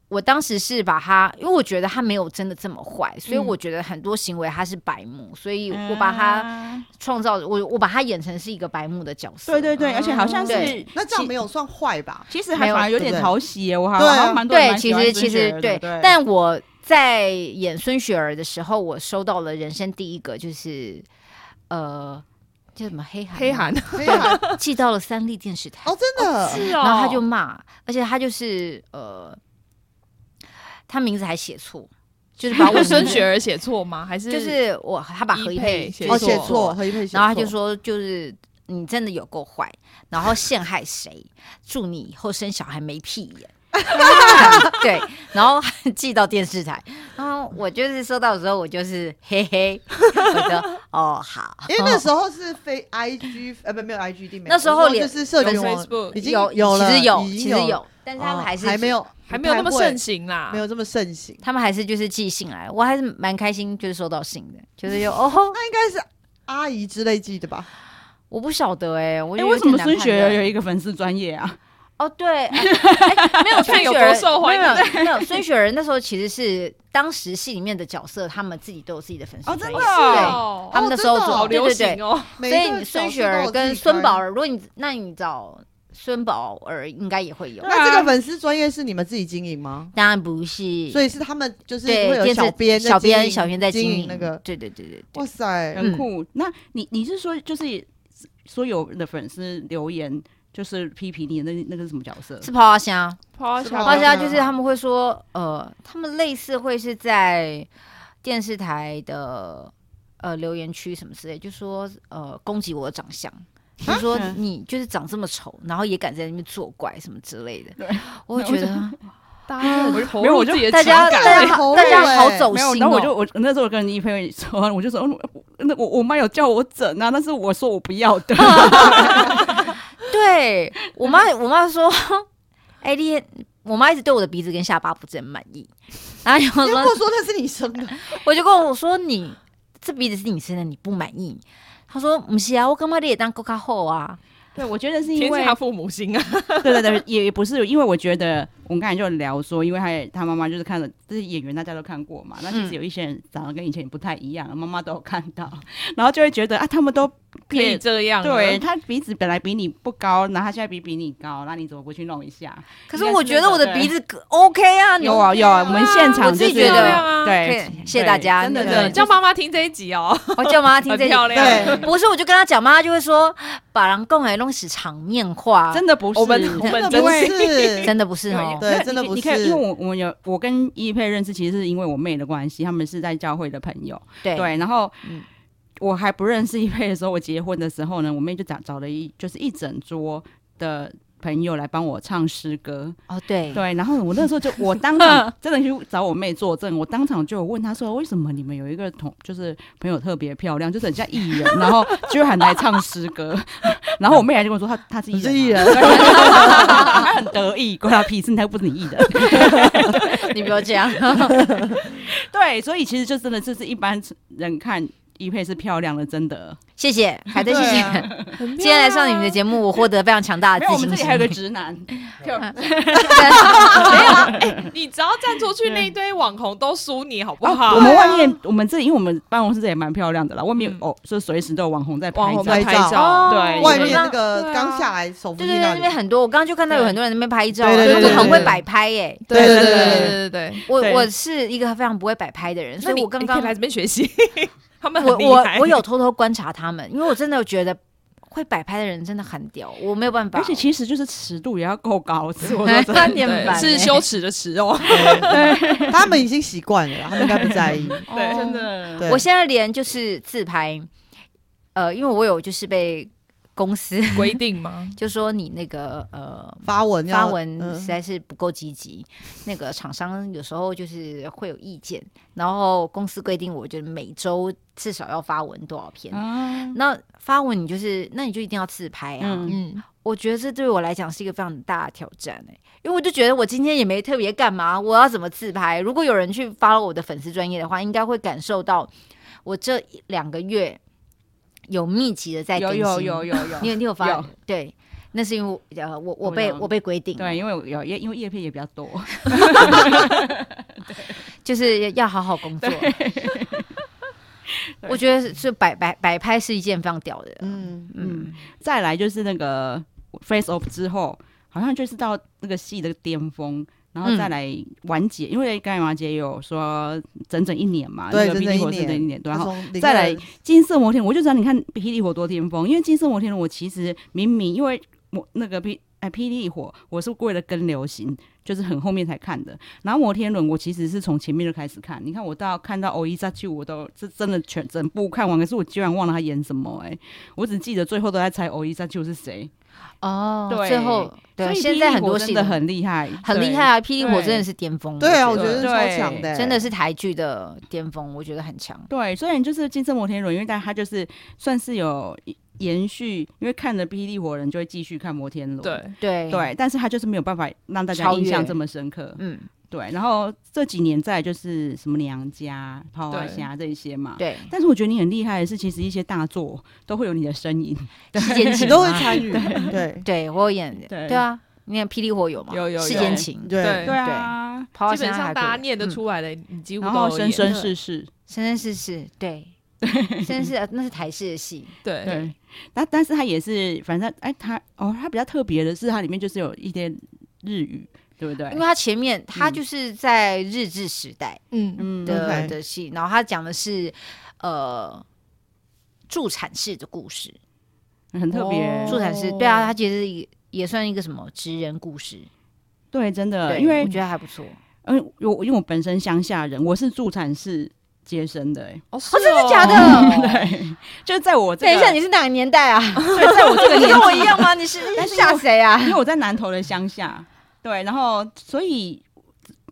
Speaker 4: 我当时是把他，因为我觉得他没有真的这么坏，
Speaker 1: 嗯
Speaker 4: 所以我觉得很多行为他是白目，所以我把他
Speaker 1: 啊
Speaker 4: 创造，我我把他演成是一个白目的角色。
Speaker 1: 对对对，而且好像是
Speaker 4: 对
Speaker 3: 嗯那这样
Speaker 1: 其
Speaker 3: 没有算坏 吧？
Speaker 1: 其实
Speaker 4: 没
Speaker 1: 还
Speaker 4: 有
Speaker 1: 反而有
Speaker 3: 对不
Speaker 1: 点
Speaker 3: 对
Speaker 1: 讨喜耶，我好
Speaker 3: 对啊
Speaker 1: 像蛮多人
Speaker 4: 对，
Speaker 1: 蛮喜
Speaker 4: 其
Speaker 1: 欢
Speaker 4: 实
Speaker 1: 孙
Speaker 4: 其实
Speaker 1: 雪儿的
Speaker 4: 对，
Speaker 1: 对，
Speaker 4: 但我在演孙雪儿的时候，我收到了人生第一个就是呃叫什么黑函吗，
Speaker 2: 黑函
Speaker 3: 没有啊
Speaker 4: 寄到了三立电视台。
Speaker 3: 哦，真的，
Speaker 2: 是哦，
Speaker 4: 然后他就骂，而且他就是呃，他名字还写错，就是把
Speaker 2: 把
Speaker 4: 我
Speaker 2: 我 孙
Speaker 4: 名字
Speaker 2: 雪，儿写错吗？还是
Speaker 4: 就是我他把
Speaker 2: 一
Speaker 4: 何一
Speaker 2: 配
Speaker 4: 佩
Speaker 2: 写
Speaker 3: 哦，
Speaker 2: 没
Speaker 3: 写
Speaker 2: 错
Speaker 3: 错，何一佩写错，
Speaker 4: 然后他就说就是你真的有够坏，然后陷害谁，祝你以后生小孩没屁眼。 对，然后寄到电视台，然后我就是收到的时候，我就是嘿嘿，我就哦好，
Speaker 3: 因为那时候是非 IG，呃，不，没有 IG 定没有，
Speaker 4: 那时候
Speaker 3: 我说
Speaker 4: 脸
Speaker 3: 就是社群
Speaker 2: 有
Speaker 3: 网
Speaker 2: Facebook
Speaker 3: 已经
Speaker 4: 有
Speaker 3: 有了，
Speaker 4: 其实有
Speaker 3: 已
Speaker 4: 其
Speaker 3: 经
Speaker 4: 实
Speaker 3: 有
Speaker 4: 有，但是他们还是
Speaker 3: 哦还没有，
Speaker 2: 还没有那么
Speaker 3: 不太会
Speaker 2: 盛，行啊啦，
Speaker 3: 没有这么盛行。
Speaker 4: 他们还是就是寄信来，我还是蛮开心，就是收到信的，就是有哦吼，
Speaker 3: 那应该是阿姨之类记的吧？
Speaker 4: 我不晓得哎、我
Speaker 1: 哎，
Speaker 4: 觉得
Speaker 1: 为什么
Speaker 4: 有点难
Speaker 1: 孙雪儿
Speaker 4: 判断
Speaker 1: 有一个粉丝专业啊？
Speaker 4: 哦 对，哎哎没有孙
Speaker 2: 看
Speaker 4: 雪
Speaker 2: 有多
Speaker 4: 儿
Speaker 2: 受欢迎
Speaker 4: 没有没有没有孙雪儿那时候其实是当时戏里面的角色，他们自己都有自己的粉丝
Speaker 1: 哦真
Speaker 4: 专业，
Speaker 1: 的哦
Speaker 4: 对，
Speaker 2: 哦
Speaker 4: 他们那时候
Speaker 3: 真的哦
Speaker 4: 做
Speaker 2: 好流
Speaker 4: 对对
Speaker 2: 行
Speaker 4: 对
Speaker 2: 哦，
Speaker 3: 每
Speaker 4: 所
Speaker 3: 一个
Speaker 4: 以孙
Speaker 3: 小
Speaker 4: 雪
Speaker 3: 时候
Speaker 4: 儿
Speaker 3: 有
Speaker 4: 跟
Speaker 3: 自己
Speaker 4: 孙
Speaker 3: 开
Speaker 4: 宝，儿，如果你那你找孙宝儿应该也会有，
Speaker 1: 对啊
Speaker 3: 那这个粉丝专业是你们自己经营吗？
Speaker 4: 当然不是，
Speaker 3: 所以是他们就是
Speaker 4: 对
Speaker 3: 会有
Speaker 4: 电视
Speaker 3: 小编在
Speaker 4: 小
Speaker 3: 经
Speaker 4: 编
Speaker 3: 营
Speaker 4: 小编在
Speaker 3: 经
Speaker 4: 经
Speaker 3: 营那个，
Speaker 4: 对对对对对
Speaker 3: 哇
Speaker 4: 嗯
Speaker 3: 塞，
Speaker 1: 很酷。那你你是说就是所有的粉丝留言就是批评你的那那个是什么角色？
Speaker 4: 是泡花香。
Speaker 2: 抛下
Speaker 1: 哦
Speaker 3: 好
Speaker 4: 花
Speaker 3: 抛下
Speaker 4: 虾就是他们会说，呃，他们类似会是在电视台的呃留言区什么之类，就说呃攻击我的长相，就说
Speaker 1: 嗯
Speaker 4: 你就是长这么丑，然后也敢在那边作怪什么之类的
Speaker 1: 对，
Speaker 4: 我会觉得
Speaker 2: 大家啊我
Speaker 1: 没有我就
Speaker 2: 自己的
Speaker 4: 大
Speaker 2: 情
Speaker 4: 家
Speaker 2: 感
Speaker 4: 大家
Speaker 3: 很投
Speaker 4: 好
Speaker 3: 入
Speaker 4: 大家
Speaker 3: 欸
Speaker 4: 好走
Speaker 1: 没有，
Speaker 4: 心
Speaker 1: 然后我就
Speaker 4: 哦。
Speaker 1: 我那时候我跟一朋友说，我就说，嗯那我我妈有叫我整啊，但是我说我不要 的。
Speaker 4: 对我妈，我妈说， 哎，你我妈一直对我的鼻子跟下巴不是很满意，然后
Speaker 3: 你
Speaker 4: 就
Speaker 3: 又
Speaker 4: 说
Speaker 3: 跟我说那是你生的，
Speaker 4: 我就跟我说你这鼻子是你生的，你不满意。他说不是啊，我干嘛你也当够卡后啊？
Speaker 1: 对，我觉得是因
Speaker 2: 天
Speaker 1: 为
Speaker 2: 是他父母心啊，
Speaker 1: 对对对，也也不是，因为我觉得我们刚才就有聊说，因为他也他妈妈就是看了这些演员，大家都看过嘛。那
Speaker 4: 嗯
Speaker 1: 其实有一些人长得跟以前不太一样，妈妈都有看到，然后就会觉得啊，他们都
Speaker 2: 可以这样啊，
Speaker 1: 对 他鼻子本来比你不高，然后他现在比比你高，那你怎么不去弄一下？
Speaker 4: 可是我觉得我的鼻子可 OK 啊，你
Speaker 1: 有啊有啊，我们现场
Speaker 4: 我自
Speaker 1: 就
Speaker 4: 己
Speaker 1: 是
Speaker 4: 觉得啊可
Speaker 1: 对
Speaker 4: 以，谢谢大家
Speaker 1: 真的
Speaker 4: 那
Speaker 2: 真的
Speaker 4: 个
Speaker 1: 对
Speaker 2: 叫妈妈听这一集哦，
Speaker 4: 我叫妈妈听
Speaker 2: 很
Speaker 4: 这
Speaker 2: 漂
Speaker 4: 个。
Speaker 2: 亮。
Speaker 3: 对
Speaker 4: 不是，我就跟她讲，妈妈就会说把人供来弄死场面话，
Speaker 1: 真的不是
Speaker 2: 我们我
Speaker 3: 真
Speaker 2: 们
Speaker 3: 的
Speaker 2: 真
Speaker 3: 不
Speaker 2: 是
Speaker 3: 是，
Speaker 4: 真的不是哦。
Speaker 3: 对，真的
Speaker 1: 你
Speaker 3: 不
Speaker 1: 你看，因为
Speaker 3: 是。
Speaker 1: 我我们有我跟依佩认识，其实是因为我妹的关系，他们是在教会的朋友。
Speaker 3: 哎
Speaker 4: 对
Speaker 1: 对，然后
Speaker 4: 嗯
Speaker 1: 我还不认识依佩的时候，我结婚的时候呢，我妹就找找了一就是一整桌的朋友来帮我唱诗歌。
Speaker 4: 哦
Speaker 3: 嗯
Speaker 4: 对，
Speaker 1: 对，然后我那时候 就我当场真的去找我妹作证，我当场就有问她说，为什么你们有一个同就是朋友特别漂亮，就是很像艺人，然后就喊来唱诗歌， 然后我妹还就跟我说她她是艺
Speaker 3: 你
Speaker 1: 人
Speaker 3: 是
Speaker 1: 啊、
Speaker 3: 艺人，
Speaker 1: 他很得意，关他屁事，他又不是你艺 人。
Speaker 4: 你不要这样，
Speaker 1: 对，所以其实就真的就是一般人看一配是漂亮的，真的。
Speaker 4: 谢谢凯特，谢
Speaker 3: 对
Speaker 4: 谢
Speaker 3: 啊。
Speaker 2: 很
Speaker 4: 今天来
Speaker 2: 妙啊
Speaker 4: 上你们的节目，我获得非常强大
Speaker 1: 没
Speaker 4: 的
Speaker 1: 有，
Speaker 4: 自
Speaker 1: 我们
Speaker 4: 信
Speaker 1: 这里还。有
Speaker 4: 心
Speaker 1: 个直 男，
Speaker 4: 啊
Speaker 2: 你只要站出去，那一堆网红都输你，好不
Speaker 1: 啊
Speaker 2: 好？
Speaker 1: 我们外面我们这里，因为我们办公室这也蛮漂亮的啦，外面
Speaker 2: 嗯
Speaker 1: 哦，就随时都有网红在
Speaker 2: 网
Speaker 1: 拍
Speaker 2: 红
Speaker 1: 照
Speaker 2: 在。拍照，
Speaker 4: 哦
Speaker 1: 对
Speaker 3: 外
Speaker 1: 我
Speaker 3: 面
Speaker 4: 刚
Speaker 3: 那个
Speaker 2: 对啊
Speaker 3: 刚下来手扶
Speaker 4: 对
Speaker 3: 梯
Speaker 4: 对对，
Speaker 3: 那
Speaker 4: 那
Speaker 3: 里
Speaker 4: 边，很多，我刚刚就看到有
Speaker 2: 对
Speaker 4: 很多人在那边拍照啊，
Speaker 3: 对对
Speaker 4: 所以
Speaker 2: 对
Speaker 4: 我很
Speaker 2: 对
Speaker 4: 会
Speaker 2: 对
Speaker 4: 摆拍耶。
Speaker 3: 对对
Speaker 2: 对
Speaker 3: 对对，
Speaker 2: 对对。
Speaker 4: 我
Speaker 1: 对
Speaker 4: 我是一个非常不会摆拍的人，所
Speaker 2: 那
Speaker 4: 以
Speaker 2: 你
Speaker 4: 我刚
Speaker 2: 你可
Speaker 4: 刚
Speaker 2: 以来这边学习， 他们
Speaker 4: 我
Speaker 2: 很厉
Speaker 4: 我
Speaker 2: 害
Speaker 4: 我有偷偷观察他们，因为我真的觉得会摆拍的人真的很屌，我没有办法。
Speaker 1: 而且其实就是尺度也要够高，是我说真 的
Speaker 4: 三点
Speaker 2: 对
Speaker 4: 版欸
Speaker 2: 是羞耻的耻哦，
Speaker 3: 对他们已经习惯了，他们应该不在 意。
Speaker 1: 对， 真。的。
Speaker 3: 对
Speaker 4: 我现在连就是自拍，呃，因为我有就是被公司
Speaker 2: 规定吗？
Speaker 4: 就说你那个呃。
Speaker 3: 发文要
Speaker 4: 发文
Speaker 3: 嗯
Speaker 4: 实在是不够积极，那个厂商有时候就是会有意见，然后公司规定我就每周至少要发文多少篇，
Speaker 1: 啊，
Speaker 4: 那发文你就是，那你就一定要自拍啊！
Speaker 1: 嗯
Speaker 2: 嗯，
Speaker 4: 我觉得这对我来讲是一个非常大的挑战哎、因为我就觉得我今天也没特别干嘛，我要怎么自拍？如果有人去发了我的粉丝专业的话，应该会感受到我这一两个月有密集的在更
Speaker 1: 有
Speaker 4: 新，
Speaker 1: 有有有有
Speaker 4: 你有你有发
Speaker 1: 有
Speaker 4: 对，那是因为我呃我我
Speaker 1: 我
Speaker 4: 被
Speaker 1: 有
Speaker 4: 我被规定，
Speaker 1: 对，，因为我有因为叶片也比较多，
Speaker 4: 就是要好好工作。 我觉得是是摆摆摆拍是一件非常屌的，
Speaker 3: 嗯，
Speaker 4: 嗯，
Speaker 1: 再来就是那个 Face Off 之后，好像就是到那个戏的巅峰，然后再来完结，因为刚才王姐也有说整整一年嘛，
Speaker 3: 对
Speaker 1: 啊那个霹
Speaker 3: 整整
Speaker 1: 雳
Speaker 3: 一
Speaker 1: 火整整一
Speaker 3: 年
Speaker 1: 年，对然后。
Speaker 3: 从零
Speaker 1: 再来
Speaker 3: 二
Speaker 1: 金色摩天轮，我就知道你看《霹雳火》多巅峰，因为《金色摩天轮》，我其实明明因为我那个霹哎霹雳火，我是为了跟流行，就是很后面才看的。然后摩天轮，我其实是从前面就开始看，你看我到看到《欧伊扎去》，我都是真的全整部看完，可是我居然忘了他演什么、哎，我只记得最后都在猜《欧伊扎去》是谁。
Speaker 4: 哦，
Speaker 1: 对
Speaker 4: 最后
Speaker 1: 所
Speaker 4: 对，
Speaker 1: 以
Speaker 4: 现
Speaker 1: 霹
Speaker 4: 在
Speaker 1: 雳
Speaker 4: 很
Speaker 1: 火
Speaker 4: 多
Speaker 1: 真
Speaker 4: 戏
Speaker 1: 的
Speaker 4: 都
Speaker 1: 很厉害，
Speaker 4: 很厉害啊，《霹雳火》真的是巅峰，
Speaker 3: 对啊，我觉
Speaker 4: 觉
Speaker 3: 得是
Speaker 4: 得
Speaker 3: 超强的、
Speaker 1: 对
Speaker 4: 真的。是台剧的巅峰，我觉得很强。
Speaker 1: 对，虽然就是《金色摩天轮》，因为但它就是算是有延续，因为看了《霹雳火》，人就会继续看摩天轮。
Speaker 2: 对，
Speaker 4: 对，
Speaker 1: 对，但是他就是没有办法让大家
Speaker 4: 超
Speaker 1: 印象
Speaker 4: 越
Speaker 1: 这么深刻。
Speaker 4: 嗯，
Speaker 1: 对，然后这几年再来就是什么娘家、桃花
Speaker 2: 对
Speaker 1: 侠这一些嘛。
Speaker 4: 对，
Speaker 1: 但是我觉得你很厉害的是，其实一些大作都会有你的身 影。
Speaker 4: 世间
Speaker 3: 你
Speaker 4: 情
Speaker 3: 都会
Speaker 4: 啊
Speaker 3: 参与， 对
Speaker 4: 对我有演，
Speaker 1: 对
Speaker 4: 对啊，你看《霹雳火》有吗？
Speaker 2: 有有有
Speaker 4: 世间情，
Speaker 3: 对
Speaker 2: 对
Speaker 1: 对啊，
Speaker 4: 跑到
Speaker 2: 基
Speaker 4: 现
Speaker 2: 本
Speaker 4: 在还
Speaker 2: 上大
Speaker 4: 可
Speaker 2: 家
Speaker 4: 以
Speaker 2: 念得
Speaker 4: 嗯
Speaker 2: 出来的，你几乎
Speaker 1: 然
Speaker 2: 都
Speaker 1: 后
Speaker 2: 有
Speaker 1: 生
Speaker 2: 演
Speaker 1: 生世世。
Speaker 4: 生生世世，对，生生世呃那是台式的戏，
Speaker 2: 对
Speaker 1: 对，但但是他也是，反正哎，他哦，他比较特别的是，它里面就是有一些日语，对不对
Speaker 4: 因为？它前面它
Speaker 1: 嗯
Speaker 4: 就是在日治时代
Speaker 2: 嗯，
Speaker 1: 嗯，
Speaker 4: 的、
Speaker 3: OK
Speaker 4: 的戏，然后它讲的是呃助产士的故事，
Speaker 1: 很特别
Speaker 2: 哦。
Speaker 4: 助产士对啊，它其实也也算一个什么职人故事，
Speaker 1: 对，真的，
Speaker 4: 对，
Speaker 1: 呃因为
Speaker 4: 我觉得还不错，
Speaker 1: 嗯，我因为我本身乡下人，我是助产士接生的、哎，
Speaker 2: 哦，真
Speaker 4: 真的假的？？
Speaker 1: 对，就是在我这
Speaker 4: 等
Speaker 1: 个
Speaker 4: 一下，你是哪个年代 啊？
Speaker 1: 对在我这个
Speaker 4: 你
Speaker 1: 年
Speaker 4: 跟我
Speaker 1: 纪
Speaker 4: 一样吗？你 是
Speaker 1: 但是
Speaker 4: 吓
Speaker 1: 又
Speaker 4: 谁啊
Speaker 1: 因？为我在南投的乡下，对，然后所以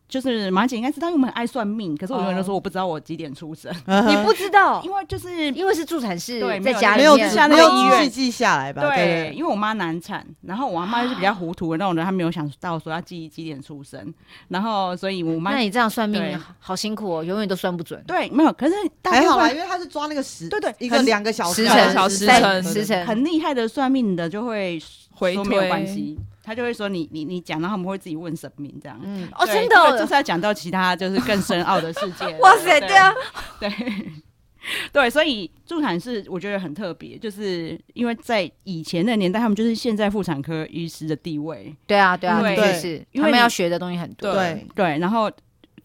Speaker 1: 就是马姐应该知道，因为我们很爱算命，可是我永远
Speaker 4: 哦
Speaker 1: 都说我不知道我几点出生，
Speaker 3: 嗯
Speaker 4: 你
Speaker 3: 哼
Speaker 4: 不知道，
Speaker 1: 因为 就是
Speaker 4: 因为是助产士
Speaker 1: 对没
Speaker 4: 在
Speaker 1: 有
Speaker 4: 家里
Speaker 3: 没有
Speaker 4: 面
Speaker 1: 指下
Speaker 3: 没
Speaker 1: 那
Speaker 3: 有
Speaker 1: 个医
Speaker 3: 仔
Speaker 1: 院
Speaker 3: 细记下来吧？
Speaker 1: 对，
Speaker 3: 对，
Speaker 1: 因为我妈难产，然后我妈就是比较糊涂的那种人，她没有想到说要记几点出生，然后所以我妈
Speaker 4: 那你这样算
Speaker 1: 对
Speaker 4: 命好辛苦哦，永远都算不准。
Speaker 1: 对没有，可是大
Speaker 3: 还
Speaker 1: 家
Speaker 3: 好啦，
Speaker 1: 算
Speaker 3: 因为他是抓那个时，
Speaker 1: 对对
Speaker 3: 一个
Speaker 1: 很
Speaker 3: 两个小时
Speaker 4: 时
Speaker 3: 啊，
Speaker 4: 辰，
Speaker 2: 小
Speaker 3: 时
Speaker 2: 时
Speaker 4: 在
Speaker 2: 辰
Speaker 4: 时辰，
Speaker 1: 很厉害的算命的就会
Speaker 2: 回
Speaker 1: 说
Speaker 2: 推
Speaker 1: 没有关系，他就会说你你你讲，然后他们会自己问神明这样。
Speaker 3: 嗯，
Speaker 4: 哦，
Speaker 1: 对
Speaker 4: 真的
Speaker 1: 这个就
Speaker 4: 哦，。
Speaker 1: 是要讲到其他就是更深奥的世界了
Speaker 4: 哇塞，对啊，
Speaker 1: 对，对，所以助产士我觉得很特别，就是因为在以前的年代，他们就是现在妇产科医师的地位，
Speaker 4: 对啊，对啊，
Speaker 1: 对
Speaker 4: 就是
Speaker 1: 因为
Speaker 4: 他们
Speaker 1: 你
Speaker 4: 要学的东西很多。
Speaker 3: 对，
Speaker 1: 对，然后。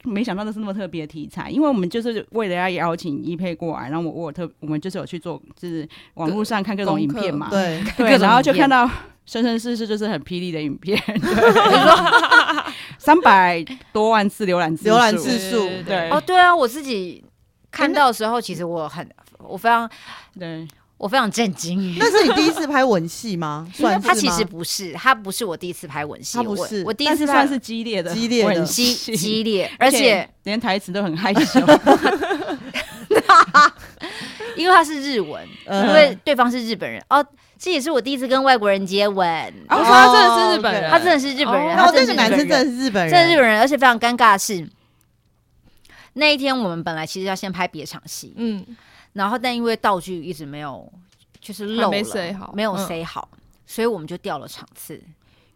Speaker 1: 没想到这是那么特别的题材，因为我们就是为了要邀请一配过来，然后我我有特我们就是有去做，就是网络上看各种
Speaker 2: 功
Speaker 1: 影
Speaker 2: 课
Speaker 1: 片嘛，
Speaker 3: 对，
Speaker 1: 对，
Speaker 4: 各种
Speaker 1: 然后就
Speaker 4: 影片
Speaker 1: 看到生生世世就是很霹雳的影片， 三百多万次浏览次
Speaker 3: 浏览
Speaker 1: 数
Speaker 3: 次数，
Speaker 2: 对
Speaker 1: 对
Speaker 4: 哦，对啊，我自己看到的时候，其实我很，我非常，
Speaker 1: 对，
Speaker 4: 我非常震惊。
Speaker 3: 那是你第一次拍吻戏吗？算是
Speaker 4: 他其
Speaker 3: 吗
Speaker 4: 实不是，他不是我第一次拍吻戏，
Speaker 3: 他不
Speaker 4: 我
Speaker 3: 是
Speaker 4: 我第一
Speaker 1: 但
Speaker 4: 次
Speaker 1: 是
Speaker 4: 拍
Speaker 1: 算是激烈的，
Speaker 3: 激烈的
Speaker 1: 吻
Speaker 4: 激
Speaker 1: 戏
Speaker 4: 激烈，而且
Speaker 1: 连台词都很害羞。
Speaker 4: 因为他是日文，
Speaker 3: 嗯
Speaker 4: 因为对方是日本人。哦，这也是我第一次跟外国人接吻，
Speaker 2: 哦，所以他真的是日本人，
Speaker 4: 他真的是日本人，
Speaker 2: 哦
Speaker 3: 然
Speaker 4: 他
Speaker 3: 后
Speaker 4: 真
Speaker 3: 那
Speaker 4: 的
Speaker 3: 个
Speaker 4: 是日
Speaker 3: 男生
Speaker 4: 本人
Speaker 3: 真的是日本人，
Speaker 4: 这是日本人，而且非常尴尬的是，那一天我们本来其实要先拍别场戏，
Speaker 2: 嗯，
Speaker 4: 然后但因为道具一直没有，就是漏了，
Speaker 2: 还没 say 好
Speaker 4: 没有
Speaker 2: 嗯
Speaker 4: say 好，所以我们就掉了场次。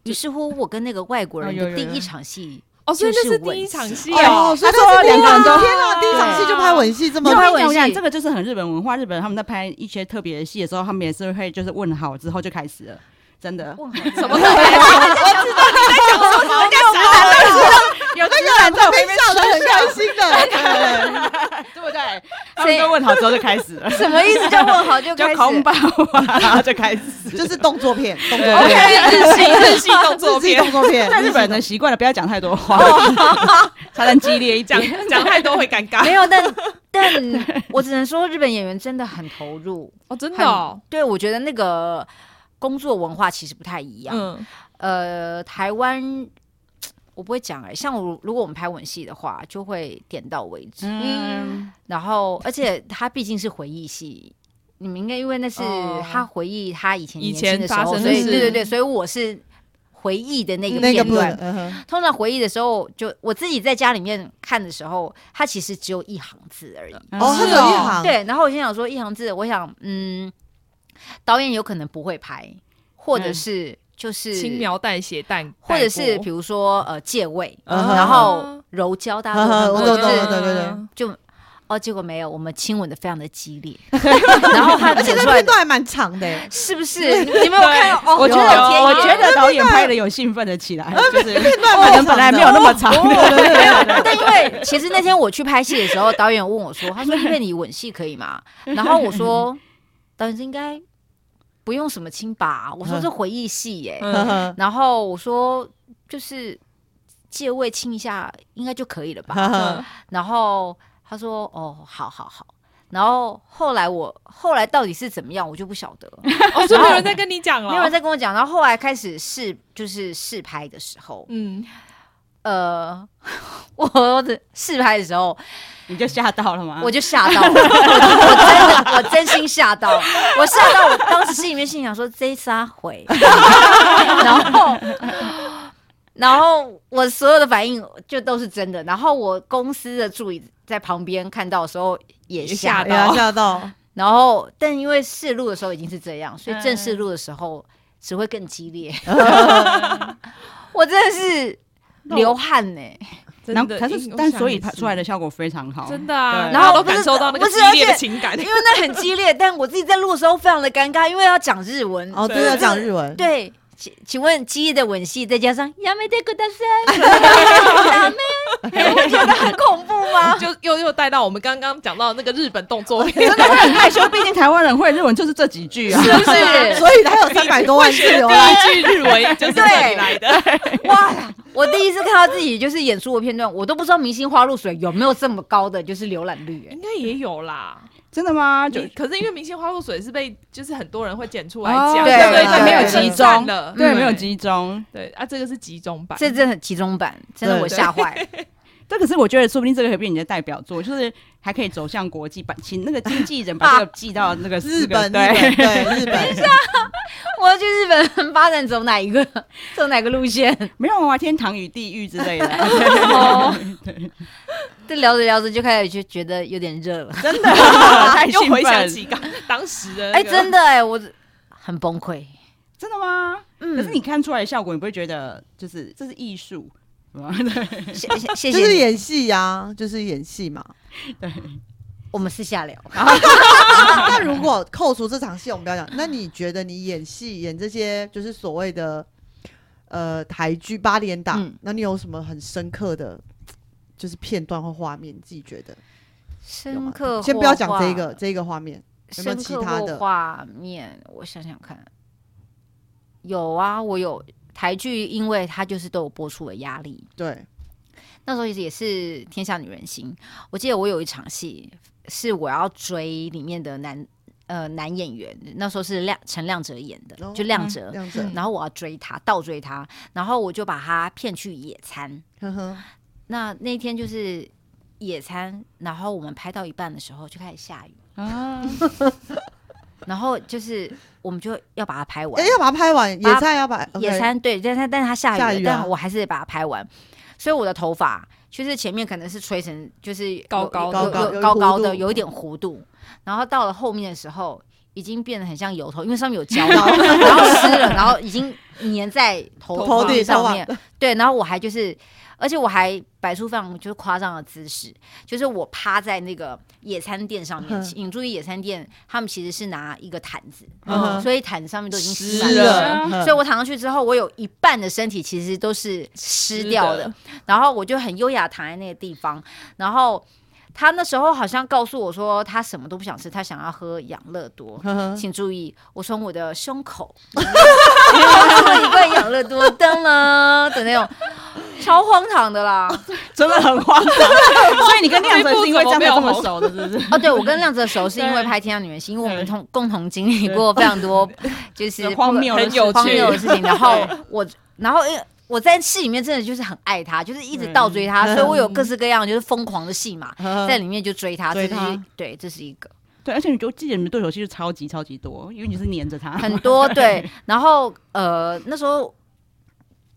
Speaker 4: 于是乎，我跟那个外国人
Speaker 1: 哦有
Speaker 4: 的
Speaker 1: 有
Speaker 4: 第
Speaker 1: 有
Speaker 4: 一场戏，
Speaker 2: 哦，所以
Speaker 4: 就
Speaker 2: 那
Speaker 4: 是
Speaker 2: 是
Speaker 4: 吻
Speaker 2: 第一场戏
Speaker 3: 哦，
Speaker 2: 哦，
Speaker 3: 所以
Speaker 1: 他说
Speaker 3: 这是
Speaker 1: 两个人都啊
Speaker 3: 天啊，第一场戏就拍吻戏这么
Speaker 4: 对拍吻戏
Speaker 1: 哦我讲这个就是很日本文化，日本人他们在拍一些特别的戏的时候，他们也是会就是问好之后就开始了，真的。
Speaker 4: 哇，什
Speaker 2: 么
Speaker 4: 么？
Speaker 1: 有那个人在
Speaker 3: 被笑得很开心的，
Speaker 1: 对不对？他
Speaker 4: 所以，
Speaker 1: 们就问好之后就开始了
Speaker 4: 什么意思？叫问好 就开
Speaker 1: 就
Speaker 4: 始
Speaker 1: 空爆啊，然后就开始。
Speaker 3: 对，就是动作片，动作片，
Speaker 2: 对，日系日系动作
Speaker 3: 自己
Speaker 2: 片，
Speaker 3: 动作片，
Speaker 1: 在日本人的习惯了，不要讲太多话，才能激烈一
Speaker 2: 讲
Speaker 1: 点。
Speaker 2: 讲太多会尴尬
Speaker 4: 没有，但 但我只能说，日本演员真的很投入。
Speaker 2: 哦，真的哦，
Speaker 4: 对，我觉得那个工作文化其实不太一样。
Speaker 2: 嗯，
Speaker 4: 呃，台湾我不会讲哎、像我如果我们拍吻戏的话，就会点到为止。
Speaker 1: 嗯，
Speaker 4: 然后，而且它毕竟是回忆戏，你们应该因为那是
Speaker 2: 哦
Speaker 4: 他回忆他以前
Speaker 2: 以
Speaker 4: 年轻的
Speaker 2: 前
Speaker 4: 时
Speaker 2: 发
Speaker 4: 候，
Speaker 2: 生
Speaker 4: 所
Speaker 2: 的
Speaker 4: 以
Speaker 2: 事
Speaker 4: 对对对，所以我是回忆的那个
Speaker 3: 那个
Speaker 4: 片
Speaker 3: 部
Speaker 4: 段
Speaker 3: 分。，嗯哼
Speaker 4: 通常回忆的时候，就我自己在家里面看的时候，它其实只有一行字而已。
Speaker 3: 哦，他
Speaker 1: 嗯是
Speaker 3: 只有一行，
Speaker 4: 对，然后我心想说一行字，我想嗯，导演有可能不会拍，或者
Speaker 1: 嗯
Speaker 4: 是就是
Speaker 2: 轻描淡写淡，
Speaker 4: 或者是
Speaker 2: 带过
Speaker 4: 比如说呃借位，
Speaker 3: 嗯哼
Speaker 4: 然后柔焦，大家都看过
Speaker 3: 我
Speaker 4: 就
Speaker 3: 懂
Speaker 4: 是
Speaker 3: 懂懂懂懂懂。
Speaker 4: 就哦，结果没有，我们亲吻的非常的激烈， 然后他
Speaker 3: 而且
Speaker 4: 剪
Speaker 3: 那
Speaker 4: 出来
Speaker 3: 片段还蛮长的、欸，
Speaker 4: 是不是？你你们有看到？哦，
Speaker 1: 我觉
Speaker 4: 有
Speaker 1: 得，
Speaker 4: 天
Speaker 1: 我
Speaker 4: 意
Speaker 1: 觉得导演拍的有兴奋的起来，就是
Speaker 3: 片段
Speaker 1: 可
Speaker 3: 蛮
Speaker 1: 能
Speaker 3: 长
Speaker 1: 本来
Speaker 3: 的
Speaker 1: 没有那么长。
Speaker 3: 哦
Speaker 4: 没有， 但因为 其实那天我去拍戏的时候，导演问我说：“他说因为你吻戏可以吗？”然后我说：“导演应该不用什么亲吧？”我说：“
Speaker 3: 嗯
Speaker 4: 这回忆戏耶。
Speaker 2: 嗯
Speaker 3: 呵呵
Speaker 4: 然后我说：“就是借位亲一下，应该就可以了吧？”
Speaker 3: 呵呵
Speaker 2: 嗯
Speaker 4: 然后他说：“哦，好好好。”然后后来我后来到底是怎么样，我就不晓得，
Speaker 2: 哦，所以没有人在跟你讲了，
Speaker 4: 没有人在跟我讲。然后后来开始试就是试拍的时候，
Speaker 2: 嗯，
Speaker 4: 呃， 我的试拍的时候
Speaker 1: 你就吓到了吗？
Speaker 4: 我就吓到了，我真的我真心吓到，我吓到我当时心里面心想说这啥回， 然后。然后我所有的反应就都是真的，然后我公司的助理在旁边看到的时候也
Speaker 2: 也
Speaker 4: 吓
Speaker 2: 吓
Speaker 4: 到，
Speaker 3: 哎呀吓到，
Speaker 4: 然后，但因为试录的时候已经是这样，所以
Speaker 1: 嗯
Speaker 4: 正式录的时候只会更激 烈。我真的是流汗欸呢、
Speaker 1: 然
Speaker 2: 真
Speaker 1: 后
Speaker 2: 的
Speaker 1: 可是
Speaker 2: 影，
Speaker 1: 但
Speaker 2: 响
Speaker 1: 所以
Speaker 2: 也
Speaker 1: 拍
Speaker 2: 是
Speaker 1: 出来的效果非常好，
Speaker 2: 真的啊，
Speaker 1: 对
Speaker 2: 然后
Speaker 4: 然后
Speaker 2: 都
Speaker 4: 不是
Speaker 2: 感受到那个
Speaker 4: 不是
Speaker 2: 激烈
Speaker 4: 而
Speaker 2: 的
Speaker 4: 且
Speaker 2: 情感
Speaker 4: 因，为那很激烈，但我自己在录的时候非常的尴尬，因为要讲日文。
Speaker 3: 哦，
Speaker 2: 对
Speaker 3: 对，要讲日文，
Speaker 4: 对，请请问激烈的吻戏，再加上やめてください， やめ，你不觉得很恐怖吗？
Speaker 2: 就又又带到我们刚刚讲到那个日本动作 片，
Speaker 1: 真的会很害羞。毕竟台湾人会日文就是这几句啊。
Speaker 4: 是不是？
Speaker 3: 所以他有三百多万次浏览。
Speaker 2: 第一句日文就是这里来的，
Speaker 4: 哇！我第一次看到自己就是演出的片段，我都不知道《明星花露水》有没有这么高的就是浏览率、欸
Speaker 2: 应。该也有啦。
Speaker 1: 真的吗？就
Speaker 2: 你可是因为明星花露水是被就是很多人会剪出来
Speaker 1: 哦
Speaker 2: 讲，
Speaker 4: 对
Speaker 2: 所以
Speaker 4: 对
Speaker 2: 就
Speaker 3: 对没有
Speaker 2: 分
Speaker 1: 集中
Speaker 2: 散了，
Speaker 1: 对，
Speaker 4: 嗯
Speaker 1: 没有集中。
Speaker 2: 对啊，这个是集中版，
Speaker 4: 这真的很集中版，真的
Speaker 3: 对
Speaker 4: 我吓坏了。
Speaker 1: 这可是我觉得，说不定这个可以变你的代表作，就是还可以走向国际，把请那个经纪人把这个寄到那个
Speaker 3: 日
Speaker 1: 四个
Speaker 3: 本，日
Speaker 1: 对
Speaker 3: 本，，对，日本，
Speaker 4: 我要去日本发展走哪一个，走哪个 路线？
Speaker 1: 没有啊，天堂与地狱之类的。
Speaker 4: 哦，这聊着聊着就开始就觉得有点热了。
Speaker 1: 真的太
Speaker 2: 又
Speaker 1: 兴
Speaker 2: 回想
Speaker 1: 奋，
Speaker 2: 起刚当时的，
Speaker 4: 哎、真
Speaker 2: 的，
Speaker 4: 的哎、我很崩溃。
Speaker 1: 真的吗？可是你看出来的效果，你不会觉得就是这是艺术？
Speaker 4: 谢谢谢
Speaker 3: 就是
Speaker 4: 谢你，
Speaker 3: 演戏呀，就是演戏嘛。
Speaker 4: 我们私下聊。
Speaker 3: 那如果扣除这场戏，我们不要讲。那你觉得你演戏演这些就是所谓的呃台剧八连打
Speaker 4: 嗯，
Speaker 3: 那你有什么很深刻的就是片段或画面？你自己觉得？有
Speaker 4: 深
Speaker 3: 吗
Speaker 4: 刻，
Speaker 3: 先不要讲这个，这个画面，有没有
Speaker 4: 深
Speaker 3: 其
Speaker 4: 刻
Speaker 3: 他
Speaker 4: 或
Speaker 3: 的
Speaker 4: 画面，我想想看，有啊，我有台剧，因为它就是都有播出的压力，
Speaker 3: 对，
Speaker 4: 那时候也是《天下女人心》，我记得我有一场戏是我要追里面的男呃男演员，那时候是亮陈亮哲演的，
Speaker 3: 哦
Speaker 4: 就亮哲
Speaker 3: 这。样子
Speaker 2: 嗯，
Speaker 4: 然后我要追他，倒追他，然后我就把他骗去野餐。
Speaker 3: 呵呵，
Speaker 4: 那那天就是野餐，然后我们拍到一半的时候就开始下雨，
Speaker 1: 啊，
Speaker 4: 然后就是我们就要把它拍完。
Speaker 3: 哎，要把它拍完，野餐要把
Speaker 4: 野，餐对，但是但是它下雨
Speaker 3: 下
Speaker 4: 了，
Speaker 3: 雨啊
Speaker 4: 但我还是得把它拍完，所以我的头发就是前面可能是吹成就是
Speaker 2: 高
Speaker 4: 有
Speaker 2: 高
Speaker 4: 有
Speaker 2: 的
Speaker 3: 高
Speaker 4: 有
Speaker 3: 高
Speaker 4: 有
Speaker 3: 有
Speaker 4: 高
Speaker 3: 弧
Speaker 4: 高
Speaker 3: 度
Speaker 4: 的，有一点弧度，然后到了后面的时候。已经变得很像油头，因为上面有胶
Speaker 3: 然
Speaker 4: 嘛，
Speaker 3: 后
Speaker 4: 然后湿了，然后已经粘在头
Speaker 2: 头
Speaker 4: 发
Speaker 2: 顶
Speaker 3: 头
Speaker 4: 上
Speaker 3: 发
Speaker 4: 面。对，然后我还就是，而且我还摆出非常就是夸张的姿势，就是我趴在那个野餐垫上面
Speaker 3: 嗯。
Speaker 4: 请注意，野餐垫他们其实是拿一个毯子，
Speaker 3: 嗯
Speaker 4: 所以毯子上面都已经湿
Speaker 3: 湿
Speaker 4: 满了。
Speaker 3: 了，
Speaker 4: 所以我躺上去之后，我有一半的身体其实都是湿掉的，
Speaker 2: 湿的
Speaker 4: 然后我就很优雅躺在那个地方，然后。他那时候好像告诉我说，他什么都不想吃，他想要喝养乐多。
Speaker 3: 呵呵
Speaker 4: 请注意，我从我的胸口 掏出了一罐养乐多，噔啦的那种，超荒唐的啦！
Speaker 1: 真的很荒唐。所以你跟亮哲是因为这样才这么
Speaker 2: 这
Speaker 1: 熟的，是不是？
Speaker 4: 哦，对我跟亮哲熟是因为
Speaker 1: 对
Speaker 4: 拍《天降女人心》，因为我们
Speaker 1: 对
Speaker 4: 同共同经历过非常多，就是
Speaker 1: 很荒谬的
Speaker 2: 很有
Speaker 1: 事
Speaker 4: 荒
Speaker 2: 趣
Speaker 4: 谬的事情。然后我，然后因为我在戏里面真的就是很爱他，就是一直倒追他，
Speaker 3: 嗯
Speaker 4: 所以我有各式各样就是疯狂的戏嘛，
Speaker 3: 呵呵
Speaker 4: 在里面就追他，
Speaker 3: 追
Speaker 4: 这是一
Speaker 3: 他
Speaker 4: 对，这是一个
Speaker 1: 对，而且你就记得你们对手戏就超级超级多，因为你是黏着他。
Speaker 4: 很多对。然后呃，那时候。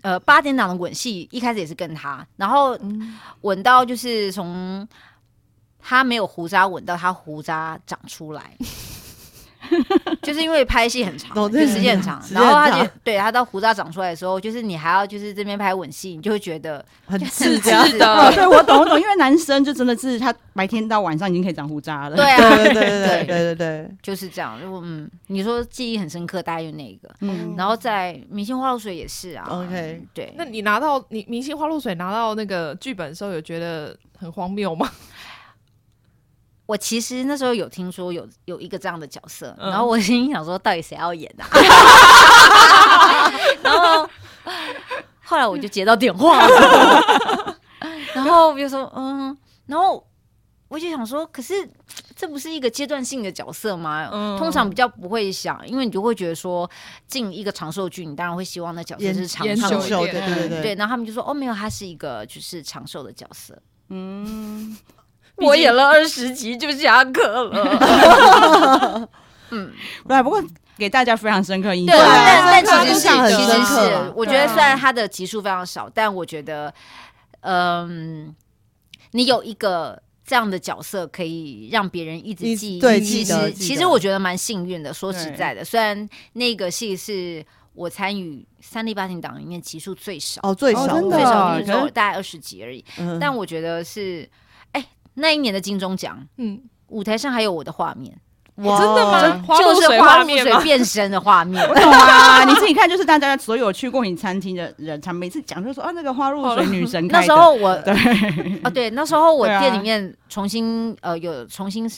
Speaker 4: 呃，八点档的吻戏一开始也是跟他，然后
Speaker 2: 嗯
Speaker 4: 吻到就是从他没有胡渣吻到他胡渣长出来， 就是因为拍戏很长，
Speaker 3: 哦
Speaker 4: 就
Speaker 3: 对
Speaker 4: 时间很长，
Speaker 3: 时间
Speaker 4: 然
Speaker 3: 很
Speaker 4: 后他
Speaker 3: 长
Speaker 4: 就对他到胡渣长出来的时候，就是你还要就是这边拍吻戏，你就会觉得
Speaker 3: 很
Speaker 4: 刺
Speaker 3: 刺
Speaker 4: 激
Speaker 3: 激。
Speaker 4: 啊
Speaker 1: 哦，对我懂我懂，因为男生就真的是他白天到晚上已经可以长胡渣了。
Speaker 4: 对
Speaker 3: 对
Speaker 4: 啊，
Speaker 3: 对对对对对对，
Speaker 4: 就是这样。如果嗯，你说记忆很深刻，大概就那一个。
Speaker 1: 嗯，
Speaker 4: 然后在《明星花露水》也是啊
Speaker 3: OK
Speaker 4: 对，
Speaker 2: 那你拿到你明星花露水拿到那个剧本的时候，有觉得很荒谬吗？
Speaker 4: 我其实那时候有听说有有一个这样的角色，
Speaker 2: 嗯
Speaker 4: 然后我心里想说，到底谁要演啊？啊 然后后来我就接到电话了， 然后我就说，嗯，然后我就想说，可是这不是一个阶段性的角色吗？
Speaker 2: 嗯
Speaker 4: 通常比较不会想，因为你就会觉得说，进一个长寿剧，你当然会希望那角色
Speaker 3: 演
Speaker 4: 是长
Speaker 2: 演
Speaker 4: 寿
Speaker 3: 长
Speaker 2: 久一
Speaker 3: 袖，对
Speaker 4: 的。
Speaker 2: 点
Speaker 3: 对对
Speaker 4: 对，，然后他们就说：“哦，没有，他是一个就是长寿的角色。”
Speaker 1: 嗯，
Speaker 4: 我演了二十集就下课了。
Speaker 1: 对，啊不过给大家非常深刻印
Speaker 4: 嗯对，
Speaker 1: 象。
Speaker 3: 啊
Speaker 4: 但
Speaker 3: 深刻
Speaker 4: 但其
Speaker 3: 印
Speaker 4: 实是
Speaker 3: 象很
Speaker 4: 其实
Speaker 3: 深刻啊
Speaker 4: 是，我觉得
Speaker 2: 对啊
Speaker 4: 虽然他的集数非常少，但我觉得，嗯，你有一个。这样的角色可以让别人一直
Speaker 3: 一
Speaker 4: 记忆，
Speaker 3: 对
Speaker 4: 其
Speaker 3: 记得
Speaker 4: 实
Speaker 3: 记得
Speaker 4: 其实我觉得蛮幸运的。说实在的，虽然那个戏是我参与三立八点档里面集数最少，
Speaker 3: 哦，最
Speaker 1: 哦
Speaker 3: 少
Speaker 1: 真的
Speaker 4: 最少
Speaker 1: 哦
Speaker 4: 就是说
Speaker 1: 可是
Speaker 4: 大概二十集而已，
Speaker 3: 嗯
Speaker 4: 但我觉得是，哎，那一年的金钟奖
Speaker 2: 嗯，
Speaker 4: 舞台上还有我的画面，
Speaker 3: 哇
Speaker 2: 真的吗？花露
Speaker 4: 就是
Speaker 2: 水
Speaker 4: 花
Speaker 2: 画
Speaker 4: 露
Speaker 2: 面
Speaker 4: 水
Speaker 2: 吗？
Speaker 4: 变身的画面。
Speaker 1: 我 懂啊，你自己看，就是大家所有去过你餐厅的人，他每次讲就说啊，那个花露水女神
Speaker 4: 哦那
Speaker 1: 开的
Speaker 4: 时候我
Speaker 1: 对，
Speaker 4: 啊，对，那时候我
Speaker 1: 对啊
Speaker 4: 店里面重新、呃有重新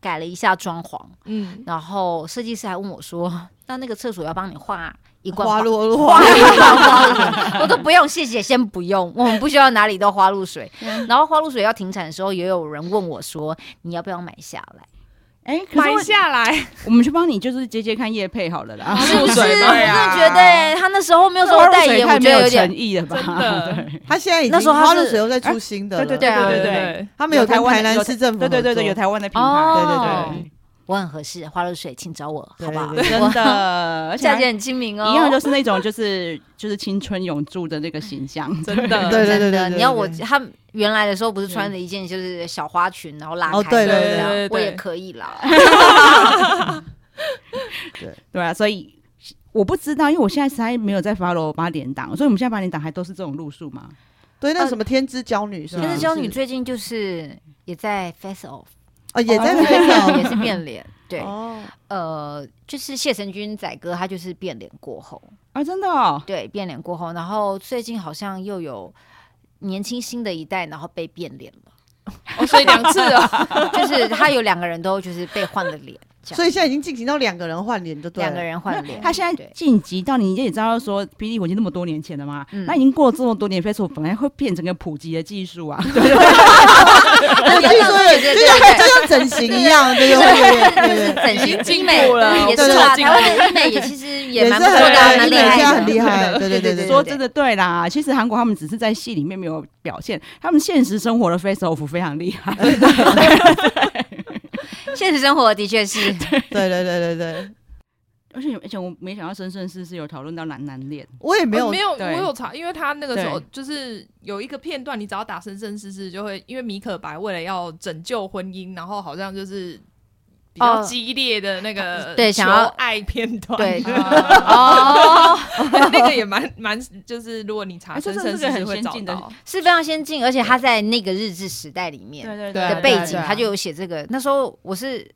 Speaker 4: 改了一下装潢，
Speaker 2: 嗯，
Speaker 4: 然后设计师还问我说：“那那个厕所要帮你画一罐
Speaker 3: 花
Speaker 4: 露
Speaker 3: 落落
Speaker 4: 花一罐花露水？”我说：“不用，谢谢，先不用，我们不需要哪里都花露水。”然后花露水要停产的时候，也有人问我说：“你要不要买下来
Speaker 1: 哎，可是
Speaker 2: 买
Speaker 1: 我
Speaker 2: 下来，
Speaker 1: 我们去帮你就是接接看叶配好了啦。？”
Speaker 2: 花 露
Speaker 4: 是，我
Speaker 2: 水
Speaker 4: 真
Speaker 2: 吗
Speaker 1: 对啊
Speaker 4: 的觉得、欸、他哦那时候没有
Speaker 1: 那
Speaker 4: 说
Speaker 1: 花露
Speaker 4: 代
Speaker 1: 水
Speaker 4: 言，
Speaker 1: 太
Speaker 4: 我
Speaker 1: 没
Speaker 4: 觉得
Speaker 1: 有
Speaker 4: 有点
Speaker 1: 诚意了吧？
Speaker 2: 真的
Speaker 3: 他现在已经
Speaker 4: 那时候他是哎
Speaker 3: 花露水又在出新的了，
Speaker 1: 对对对对对对，
Speaker 2: 对，
Speaker 3: 他们有跟
Speaker 1: 有台湾
Speaker 3: 台
Speaker 1: 的
Speaker 3: 南
Speaker 1: 有
Speaker 3: 市政 府
Speaker 1: 对对对对，有
Speaker 3: 合作
Speaker 1: 台湾的品牌，
Speaker 4: 哦
Speaker 1: 对对对。
Speaker 4: 我很合适，花露水请找我，好不好？
Speaker 3: 对
Speaker 1: 真的， 而
Speaker 4: 我
Speaker 1: 且
Speaker 4: 价
Speaker 1: 还
Speaker 4: 钱很亲民哦，
Speaker 1: 一样就是那种就是就是青春永驻的那个形象，
Speaker 2: 真的
Speaker 3: 对对对
Speaker 4: 真
Speaker 3: 对
Speaker 4: 的，
Speaker 3: 对，
Speaker 4: 你要我
Speaker 3: 对
Speaker 4: 他原来的时候不是穿着一件就是小花裙，然后拉
Speaker 3: 哦
Speaker 4: 开
Speaker 3: 对
Speaker 4: 这样，
Speaker 3: 对对嗯
Speaker 2: 对对
Speaker 4: 我也可以啦。
Speaker 1: 对啊，所以我不知道，因为我现在实在没有在 follow 八点档，所以我们现在八点档还都是这种路数嘛。
Speaker 3: 对那什么天之娇女是吗？
Speaker 4: 但是娇女
Speaker 3: 是
Speaker 4: 最近就是也在 Face Off，
Speaker 3: 哦也 在
Speaker 1: 哦
Speaker 3: 拍照，
Speaker 4: 也是 变脸。对，
Speaker 3: 哦，
Speaker 4: 呃，就是谢承君仔哥，他就是变脸过后，
Speaker 1: 啊，真的哦，
Speaker 4: 对，变脸过后，然后最近好像又有年轻新的一代，然后被变脸了，
Speaker 2: 哦，所以两次啊，
Speaker 4: 就是他有两个人都就是被换了脸，这样
Speaker 3: 所以现在已经进行到两个人换脸就对了，
Speaker 4: 两个人换脸，
Speaker 1: 他现在
Speaker 4: 对
Speaker 1: 晋级到你也知道说霹雳火箭那么多年前的嘛，
Speaker 4: 嗯
Speaker 1: 那已经过了这么多年，Facebook 本来会变成个普及的技术啊，对
Speaker 3: 对，
Speaker 4: 对
Speaker 3: 就是说
Speaker 4: 对对
Speaker 3: 就
Speaker 4: 对对
Speaker 3: 像就像整形一样，对对对对对对。
Speaker 4: 整
Speaker 2: 已
Speaker 4: 形
Speaker 2: 经进
Speaker 4: 医美
Speaker 2: 步了
Speaker 4: 也
Speaker 2: 我
Speaker 4: 是
Speaker 3: 们
Speaker 4: 啦。
Speaker 2: 走进
Speaker 4: 台湾的医美也其实也
Speaker 3: 是
Speaker 4: 蛮
Speaker 3: 很
Speaker 4: 不错的啊，蛮
Speaker 3: 医
Speaker 4: 厉
Speaker 3: 美现在
Speaker 4: 害
Speaker 3: 很
Speaker 4: 的。
Speaker 3: 厉害，对对对对，
Speaker 1: 说真的对啦，其实韩国他们只是在戏里面没有表现，他们现实生活的 Facebook 非常厉害，
Speaker 4: 现实生活的确是，
Speaker 3: 对对对对对，
Speaker 1: 而且而且我没想到深深是是有讨论到男男恋，
Speaker 3: 我也没有
Speaker 2: 哦没有，我
Speaker 1: 对
Speaker 2: 有查，因为他那个时候
Speaker 1: 对
Speaker 2: 就是有一个片段，你只要打生生世世，就会因为米可白为了要拯救婚姻，然后好像就是比较
Speaker 4: 哦
Speaker 2: 激烈的那个
Speaker 4: 对想要
Speaker 2: 求爱片段，
Speaker 4: 对啊
Speaker 2: 哦，那个也蛮蛮，就是如果你查
Speaker 1: 哎这
Speaker 2: 生
Speaker 1: 真的
Speaker 2: 生
Speaker 1: 是
Speaker 2: 世世
Speaker 1: 很
Speaker 2: 会
Speaker 1: 先
Speaker 2: 找
Speaker 1: 进的
Speaker 2: 到，
Speaker 4: 是非常先进，而且他在那个日治时代里面
Speaker 1: 对
Speaker 2: 对
Speaker 4: 的背
Speaker 2: 对
Speaker 4: 景，他就有写这个。那时候我是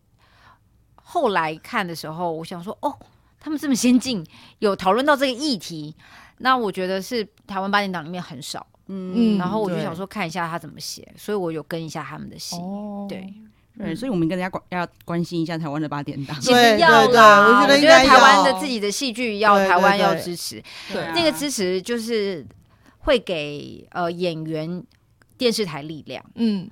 Speaker 4: 后来看的时候，我想说，哦，他们这么先进，有讨论到这个议题，那我觉得是台湾八点档里面很少。
Speaker 1: 嗯
Speaker 2: 嗯
Speaker 4: 然后我就
Speaker 3: 对
Speaker 4: 想说看一下他怎么写，所以我有跟一下他们的戏。
Speaker 2: 哦
Speaker 4: 对，
Speaker 1: 对，
Speaker 4: 嗯
Speaker 1: 所以我们跟大家关要关心一下台湾的八点档，
Speaker 4: 其
Speaker 3: 对
Speaker 4: 实要
Speaker 3: 对对
Speaker 4: 啦，
Speaker 3: 我觉得应该
Speaker 4: 台湾
Speaker 2: 要
Speaker 4: 的自己的戏剧要
Speaker 3: 对
Speaker 4: 台湾
Speaker 3: 对
Speaker 4: 要
Speaker 3: 对
Speaker 4: 支持，
Speaker 2: 对啊
Speaker 4: 那个支持就是会给呃演员电视台力量，
Speaker 2: 嗯，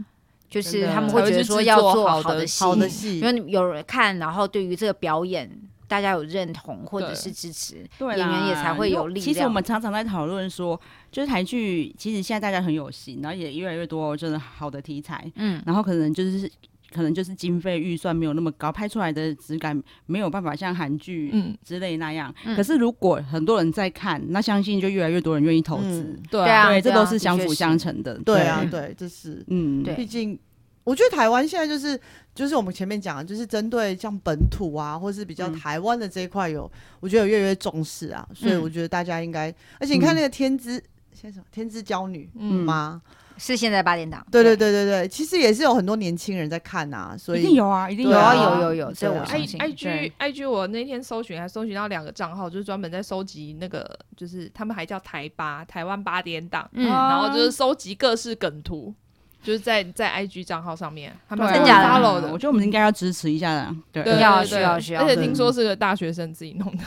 Speaker 4: 就是
Speaker 1: 真的
Speaker 4: 他们
Speaker 1: 才
Speaker 4: 会
Speaker 2: 会
Speaker 4: 觉得
Speaker 2: 去
Speaker 4: 说
Speaker 2: 制
Speaker 4: 要
Speaker 2: 作
Speaker 4: 做
Speaker 2: 好
Speaker 4: 好
Speaker 2: 的
Speaker 4: 的戏，
Speaker 3: 好的
Speaker 4: 因
Speaker 3: 戏，
Speaker 4: 为嗯有人看，然后对于这个表演大家有认同或者
Speaker 2: 对
Speaker 4: 是支持，
Speaker 1: 对
Speaker 4: 演
Speaker 1: 啦
Speaker 4: 员也才会有力量。
Speaker 1: 其实我们常常在讨论说，就是台剧，其实现在大家很有心，然后也越来越多真的好的题材，
Speaker 4: 嗯，
Speaker 1: 然后可能就是可能就是经费预算没有那么高，拍出来的质感没有办法像韩剧
Speaker 2: 嗯，
Speaker 1: 之类那样。
Speaker 4: 嗯
Speaker 1: 可是如果很多人在看，那相信就越来越多人愿意投资。
Speaker 3: 嗯
Speaker 2: 对
Speaker 4: 对啊
Speaker 1: 对，这都是
Speaker 4: 的
Speaker 1: 相
Speaker 4: 确
Speaker 1: 辅
Speaker 4: 是
Speaker 1: 相成的。
Speaker 3: 对啊
Speaker 4: 嗯
Speaker 3: 对，这是
Speaker 1: 嗯，
Speaker 4: 对
Speaker 3: 毕竟我觉得台湾现在就是就是我们前面讲的，就是针对像本土啊，或是比较
Speaker 1: 嗯
Speaker 3: 台湾的这一块有，我觉得有越来越重视啊，所以
Speaker 4: 嗯
Speaker 3: 我觉得大家应该，而且你看那个天之。现在什么天之娇女
Speaker 1: 嗯
Speaker 3: 吗？
Speaker 4: 是现在八点档，
Speaker 3: 对对对对对，其实也是有很多年轻人在看啊，所
Speaker 1: 一
Speaker 3: 以
Speaker 1: 定有啊，一定
Speaker 3: 对
Speaker 1: 啊，
Speaker 3: 啊
Speaker 4: 有啊有有有，所以
Speaker 3: 对
Speaker 4: 我
Speaker 3: 啊
Speaker 4: 相
Speaker 2: I
Speaker 4: 信
Speaker 2: I G
Speaker 1: 对
Speaker 2: I G，我那天搜寻还搜寻到两个账号，就是专门在收集那个，就是他们还叫台八台湾八点档，
Speaker 4: 嗯
Speaker 1: 啊
Speaker 2: 然后就是收集各式梗图，就是在在 I G 账号上面，他们
Speaker 1: 对
Speaker 4: 真假的
Speaker 2: 还有 follow
Speaker 1: 我
Speaker 2: 的。
Speaker 1: 觉得我们应该要支持一下的，对
Speaker 2: 对对
Speaker 4: 要
Speaker 2: 对
Speaker 4: 需要需要嗯
Speaker 2: 而且
Speaker 3: 对
Speaker 2: 听说是个大学生自己弄的，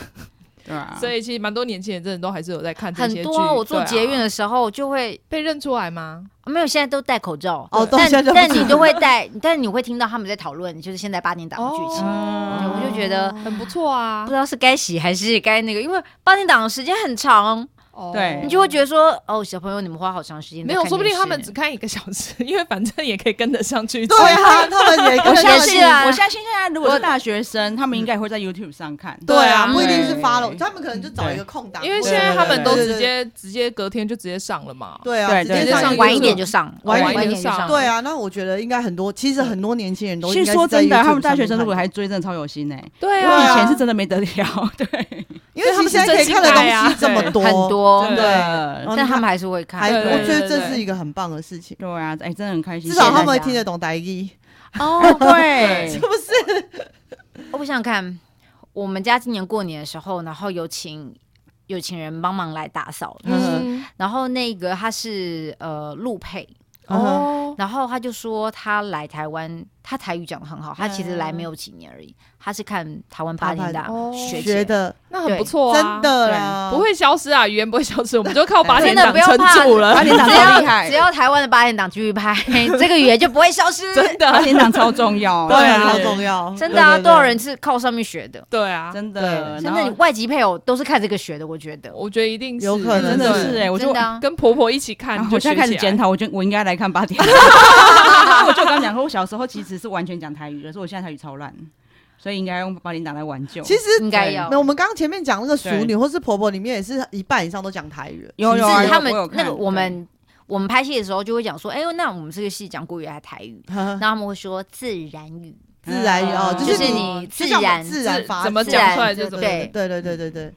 Speaker 1: 对啊，
Speaker 2: 所以其实蛮多年轻人真的都还是有在看这些
Speaker 4: 很
Speaker 2: 剧。
Speaker 4: 多啊我做
Speaker 2: 对啊
Speaker 4: 捷运的时候就会。哦
Speaker 2: 被认出来吗？
Speaker 4: 没有，现在都戴口罩
Speaker 3: 哦都
Speaker 4: 但
Speaker 3: 现在都
Speaker 4: 但你都会戴，但你会听到他们在讨论，就是现在八点档的剧情，
Speaker 1: 嗯
Speaker 4: 对我就觉得
Speaker 2: 很不错啊
Speaker 4: 不知。道是该洗还是该那个，因为八点档的时间很长，
Speaker 2: 哦
Speaker 1: 对
Speaker 4: 你就会觉得说，哦，小朋友你们花好长时间在
Speaker 2: 没有，
Speaker 4: 看
Speaker 2: 说不定
Speaker 4: 电视
Speaker 2: 他们只看一个小时， 因为反正也可以跟得上剧情。
Speaker 3: 对啊，他们也跟
Speaker 4: 我
Speaker 3: 着
Speaker 4: 相
Speaker 1: 相
Speaker 4: 信
Speaker 1: 信，
Speaker 4: 啊
Speaker 1: 我相信现在如果是大学生，他们应该也会在 YouTube 上看。
Speaker 3: 对啊，
Speaker 4: 对
Speaker 3: 不一定是
Speaker 1: 对
Speaker 3: follow，他们可能就找一个空档，
Speaker 2: 因为
Speaker 3: 或
Speaker 2: 现
Speaker 3: 者
Speaker 2: 在他们都
Speaker 3: 对
Speaker 2: 直接直接隔天就直接上了嘛。
Speaker 3: 对啊，
Speaker 1: 对
Speaker 3: 直
Speaker 1: 对
Speaker 3: 接
Speaker 2: 对
Speaker 3: 上
Speaker 2: 对
Speaker 4: 晚一
Speaker 2: YouTube
Speaker 4: 点就上，
Speaker 3: 晚一
Speaker 4: 晚
Speaker 2: 点
Speaker 4: 一
Speaker 2: 就
Speaker 4: 点就上，
Speaker 2: 上
Speaker 3: 对啊，那我觉得应该很多，其实很多年轻人都
Speaker 1: 其
Speaker 3: 应
Speaker 1: 实
Speaker 3: 该
Speaker 1: 说
Speaker 3: 是在
Speaker 1: 真的，他们
Speaker 3: YouTube
Speaker 1: 大学生
Speaker 3: 上面
Speaker 1: 如果
Speaker 3: 看
Speaker 1: 还追，真的超有心哎。
Speaker 2: 对
Speaker 1: 因为以
Speaker 2: 啊，
Speaker 1: 前是真的没得了， 对，
Speaker 3: 因为
Speaker 2: 对他
Speaker 3: 们
Speaker 2: 们
Speaker 3: 现在可以
Speaker 2: 是真
Speaker 3: 看的
Speaker 2: 心爱
Speaker 3: 东
Speaker 2: 啊
Speaker 3: 西这么
Speaker 1: 对
Speaker 3: 多，
Speaker 4: 很多，
Speaker 2: 真的
Speaker 1: 对
Speaker 3: 嗯
Speaker 4: 但他们还是会看
Speaker 3: 还
Speaker 2: 对
Speaker 3: 我觉得
Speaker 2: 对
Speaker 3: 这是
Speaker 2: 对
Speaker 3: 一个很棒的事情，
Speaker 1: 对啊，哎，真的很开心。
Speaker 3: 至少他们
Speaker 1: 谢
Speaker 3: 会
Speaker 1: 谢
Speaker 3: 听得懂台语，
Speaker 4: 哦。
Speaker 1: 大家对
Speaker 3: 是，不是？
Speaker 4: 我想想看，我们家今年过年的时候，然后有请有请人帮忙来打扫，
Speaker 2: 嗯
Speaker 4: 然后那个他是呃陆配，
Speaker 1: 嗯
Speaker 2: 哦，
Speaker 4: 然后他就说他来台湾，他台语讲的很好，他其实来没有几年而已，他是看台湾八点档
Speaker 2: 哦
Speaker 4: 学
Speaker 3: 觉
Speaker 4: 姐。
Speaker 3: 得
Speaker 2: 那很不错啊，
Speaker 3: 真的啦，
Speaker 2: 不会消失啊，语言不会消失，我们就靠八
Speaker 4: 真
Speaker 2: 点
Speaker 4: 的
Speaker 2: 档
Speaker 4: 不用
Speaker 2: 撑
Speaker 4: 怕，
Speaker 2: 住 了，
Speaker 1: 八
Speaker 4: 只
Speaker 1: 点档
Speaker 4: 要
Speaker 1: 超厉害
Speaker 4: 只要台湾的八点档继续拍，这个语言就不会消失。
Speaker 2: 真
Speaker 1: 八
Speaker 2: 的，
Speaker 1: 点档超重要，
Speaker 3: 对啊，
Speaker 1: 真的
Speaker 3: 好
Speaker 1: 是
Speaker 3: 重要，
Speaker 4: 真的啊，
Speaker 3: 对对对
Speaker 4: 多少人是靠上面学的？
Speaker 2: 对啊，
Speaker 1: 真
Speaker 3: 对
Speaker 1: 的，然
Speaker 4: 真的，
Speaker 1: 后
Speaker 4: 你外籍配偶都是看这个学的，我觉得。
Speaker 2: 我觉得一定是
Speaker 3: 有可能
Speaker 1: 真的是哎，我就
Speaker 4: 真的啊，
Speaker 2: 跟婆婆一起看
Speaker 1: 然后，
Speaker 2: 就
Speaker 1: 啊我现在开始
Speaker 2: 学起来
Speaker 1: 检讨，我觉得我应该来看 八点档。因为我就刚讲说，我小时候其实是完全讲台语，可是我现在台语超烂，所以应该用八点档来挽救。
Speaker 3: 其实。
Speaker 4: 应该要
Speaker 3: 那。我们刚刚前面讲那个熟
Speaker 1: 对
Speaker 3: 女或是婆婆，里面也是一半以上都讲台语了，
Speaker 1: 有有啊
Speaker 4: 是
Speaker 1: 有
Speaker 4: 他们
Speaker 1: 我有看
Speaker 4: 那个
Speaker 1: 对
Speaker 4: 我们我们拍戏的时候就会讲说，哎呦，那我们这个戏讲国语还是台语？
Speaker 3: 呵呵
Speaker 4: 那他们会说自然语，
Speaker 3: 自然语嗯哦，
Speaker 1: 就是
Speaker 4: 是
Speaker 3: 你
Speaker 4: 你
Speaker 3: 就
Speaker 4: 自
Speaker 3: 像我们
Speaker 4: 然
Speaker 3: 自然发
Speaker 2: 怎么
Speaker 4: 自
Speaker 2: 讲
Speaker 4: 然
Speaker 2: 出来就怎么
Speaker 4: 对，
Speaker 3: 对对对对对，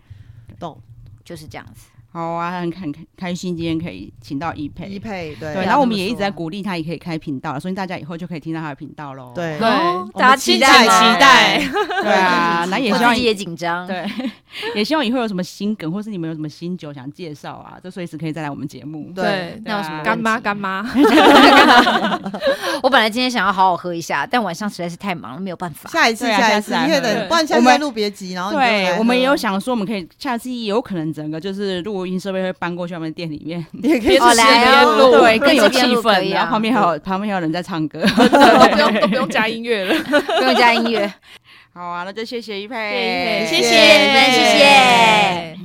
Speaker 3: 懂
Speaker 4: 就是这样子。
Speaker 1: 好啊，很很开心今天可以请到一佩，
Speaker 3: 匹配 E 对啊
Speaker 1: 对，
Speaker 4: 要
Speaker 1: 然后我们
Speaker 4: 这么
Speaker 1: 也一直
Speaker 4: 说
Speaker 1: 在鼓励他，也可以开频道了，所以大家以后就可以听到他的频道喽。
Speaker 3: 对
Speaker 2: 对
Speaker 4: 哦
Speaker 3: 我
Speaker 4: 大家
Speaker 3: 们
Speaker 4: 期
Speaker 3: 期
Speaker 4: 待
Speaker 3: 待
Speaker 4: 吗
Speaker 3: 期待，
Speaker 1: 对啊，那也
Speaker 4: 我
Speaker 1: 希
Speaker 4: 自
Speaker 1: 望
Speaker 4: 己也紧张。
Speaker 1: 对， 也希望以后有什么新梗，或是你们有什么新酒想介绍啊，就随时可以再来我们节目。
Speaker 2: 对啊
Speaker 4: 那有什么
Speaker 2: 干妈
Speaker 4: 问题
Speaker 2: 干妈，
Speaker 4: 我本来今天想要好好喝一下，但晚上实在是太忙了，没有办法。
Speaker 3: 下一次
Speaker 1: 对啊
Speaker 3: 下
Speaker 1: 下
Speaker 3: 一
Speaker 1: 一
Speaker 3: 次，
Speaker 1: 次来
Speaker 3: 你也
Speaker 1: 喝
Speaker 2: 对
Speaker 3: 等，不然下
Speaker 1: 我
Speaker 3: 次
Speaker 1: 们
Speaker 3: 再录别急，然后你就来
Speaker 1: 对，
Speaker 3: 喝
Speaker 1: 我们也有 想说，我们可以下次有可能整个就是录音设备会搬过去他们店里面，
Speaker 3: 也可以
Speaker 2: 哦
Speaker 3: 试试
Speaker 2: 来
Speaker 3: 别
Speaker 2: 啊
Speaker 3: 录
Speaker 2: 录
Speaker 1: 对，
Speaker 4: 可
Speaker 1: 更
Speaker 4: 以
Speaker 1: 有气
Speaker 4: 这边录可
Speaker 1: 氛。
Speaker 4: 以啊
Speaker 1: 然后旁边还有旁边还有人在唱歌。
Speaker 2: 都不用都不用加音乐了，
Speaker 4: 不用加音乐，
Speaker 3: E
Speaker 1: 好啊，那就谢谢一佩，
Speaker 2: 谢
Speaker 4: 谢谢
Speaker 2: 谢
Speaker 4: 谢谢